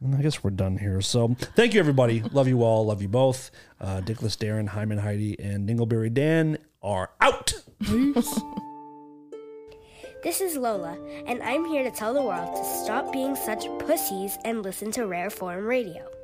And I guess we're done here. So thank you, everybody. Love you all. Love you both. Uh, Dickless Darren, Hyman Heidi, and Dingleberry Dan are out. This is Lola, and I'm here to tell the world to stop being such pussies and listen to Rare Form Radio.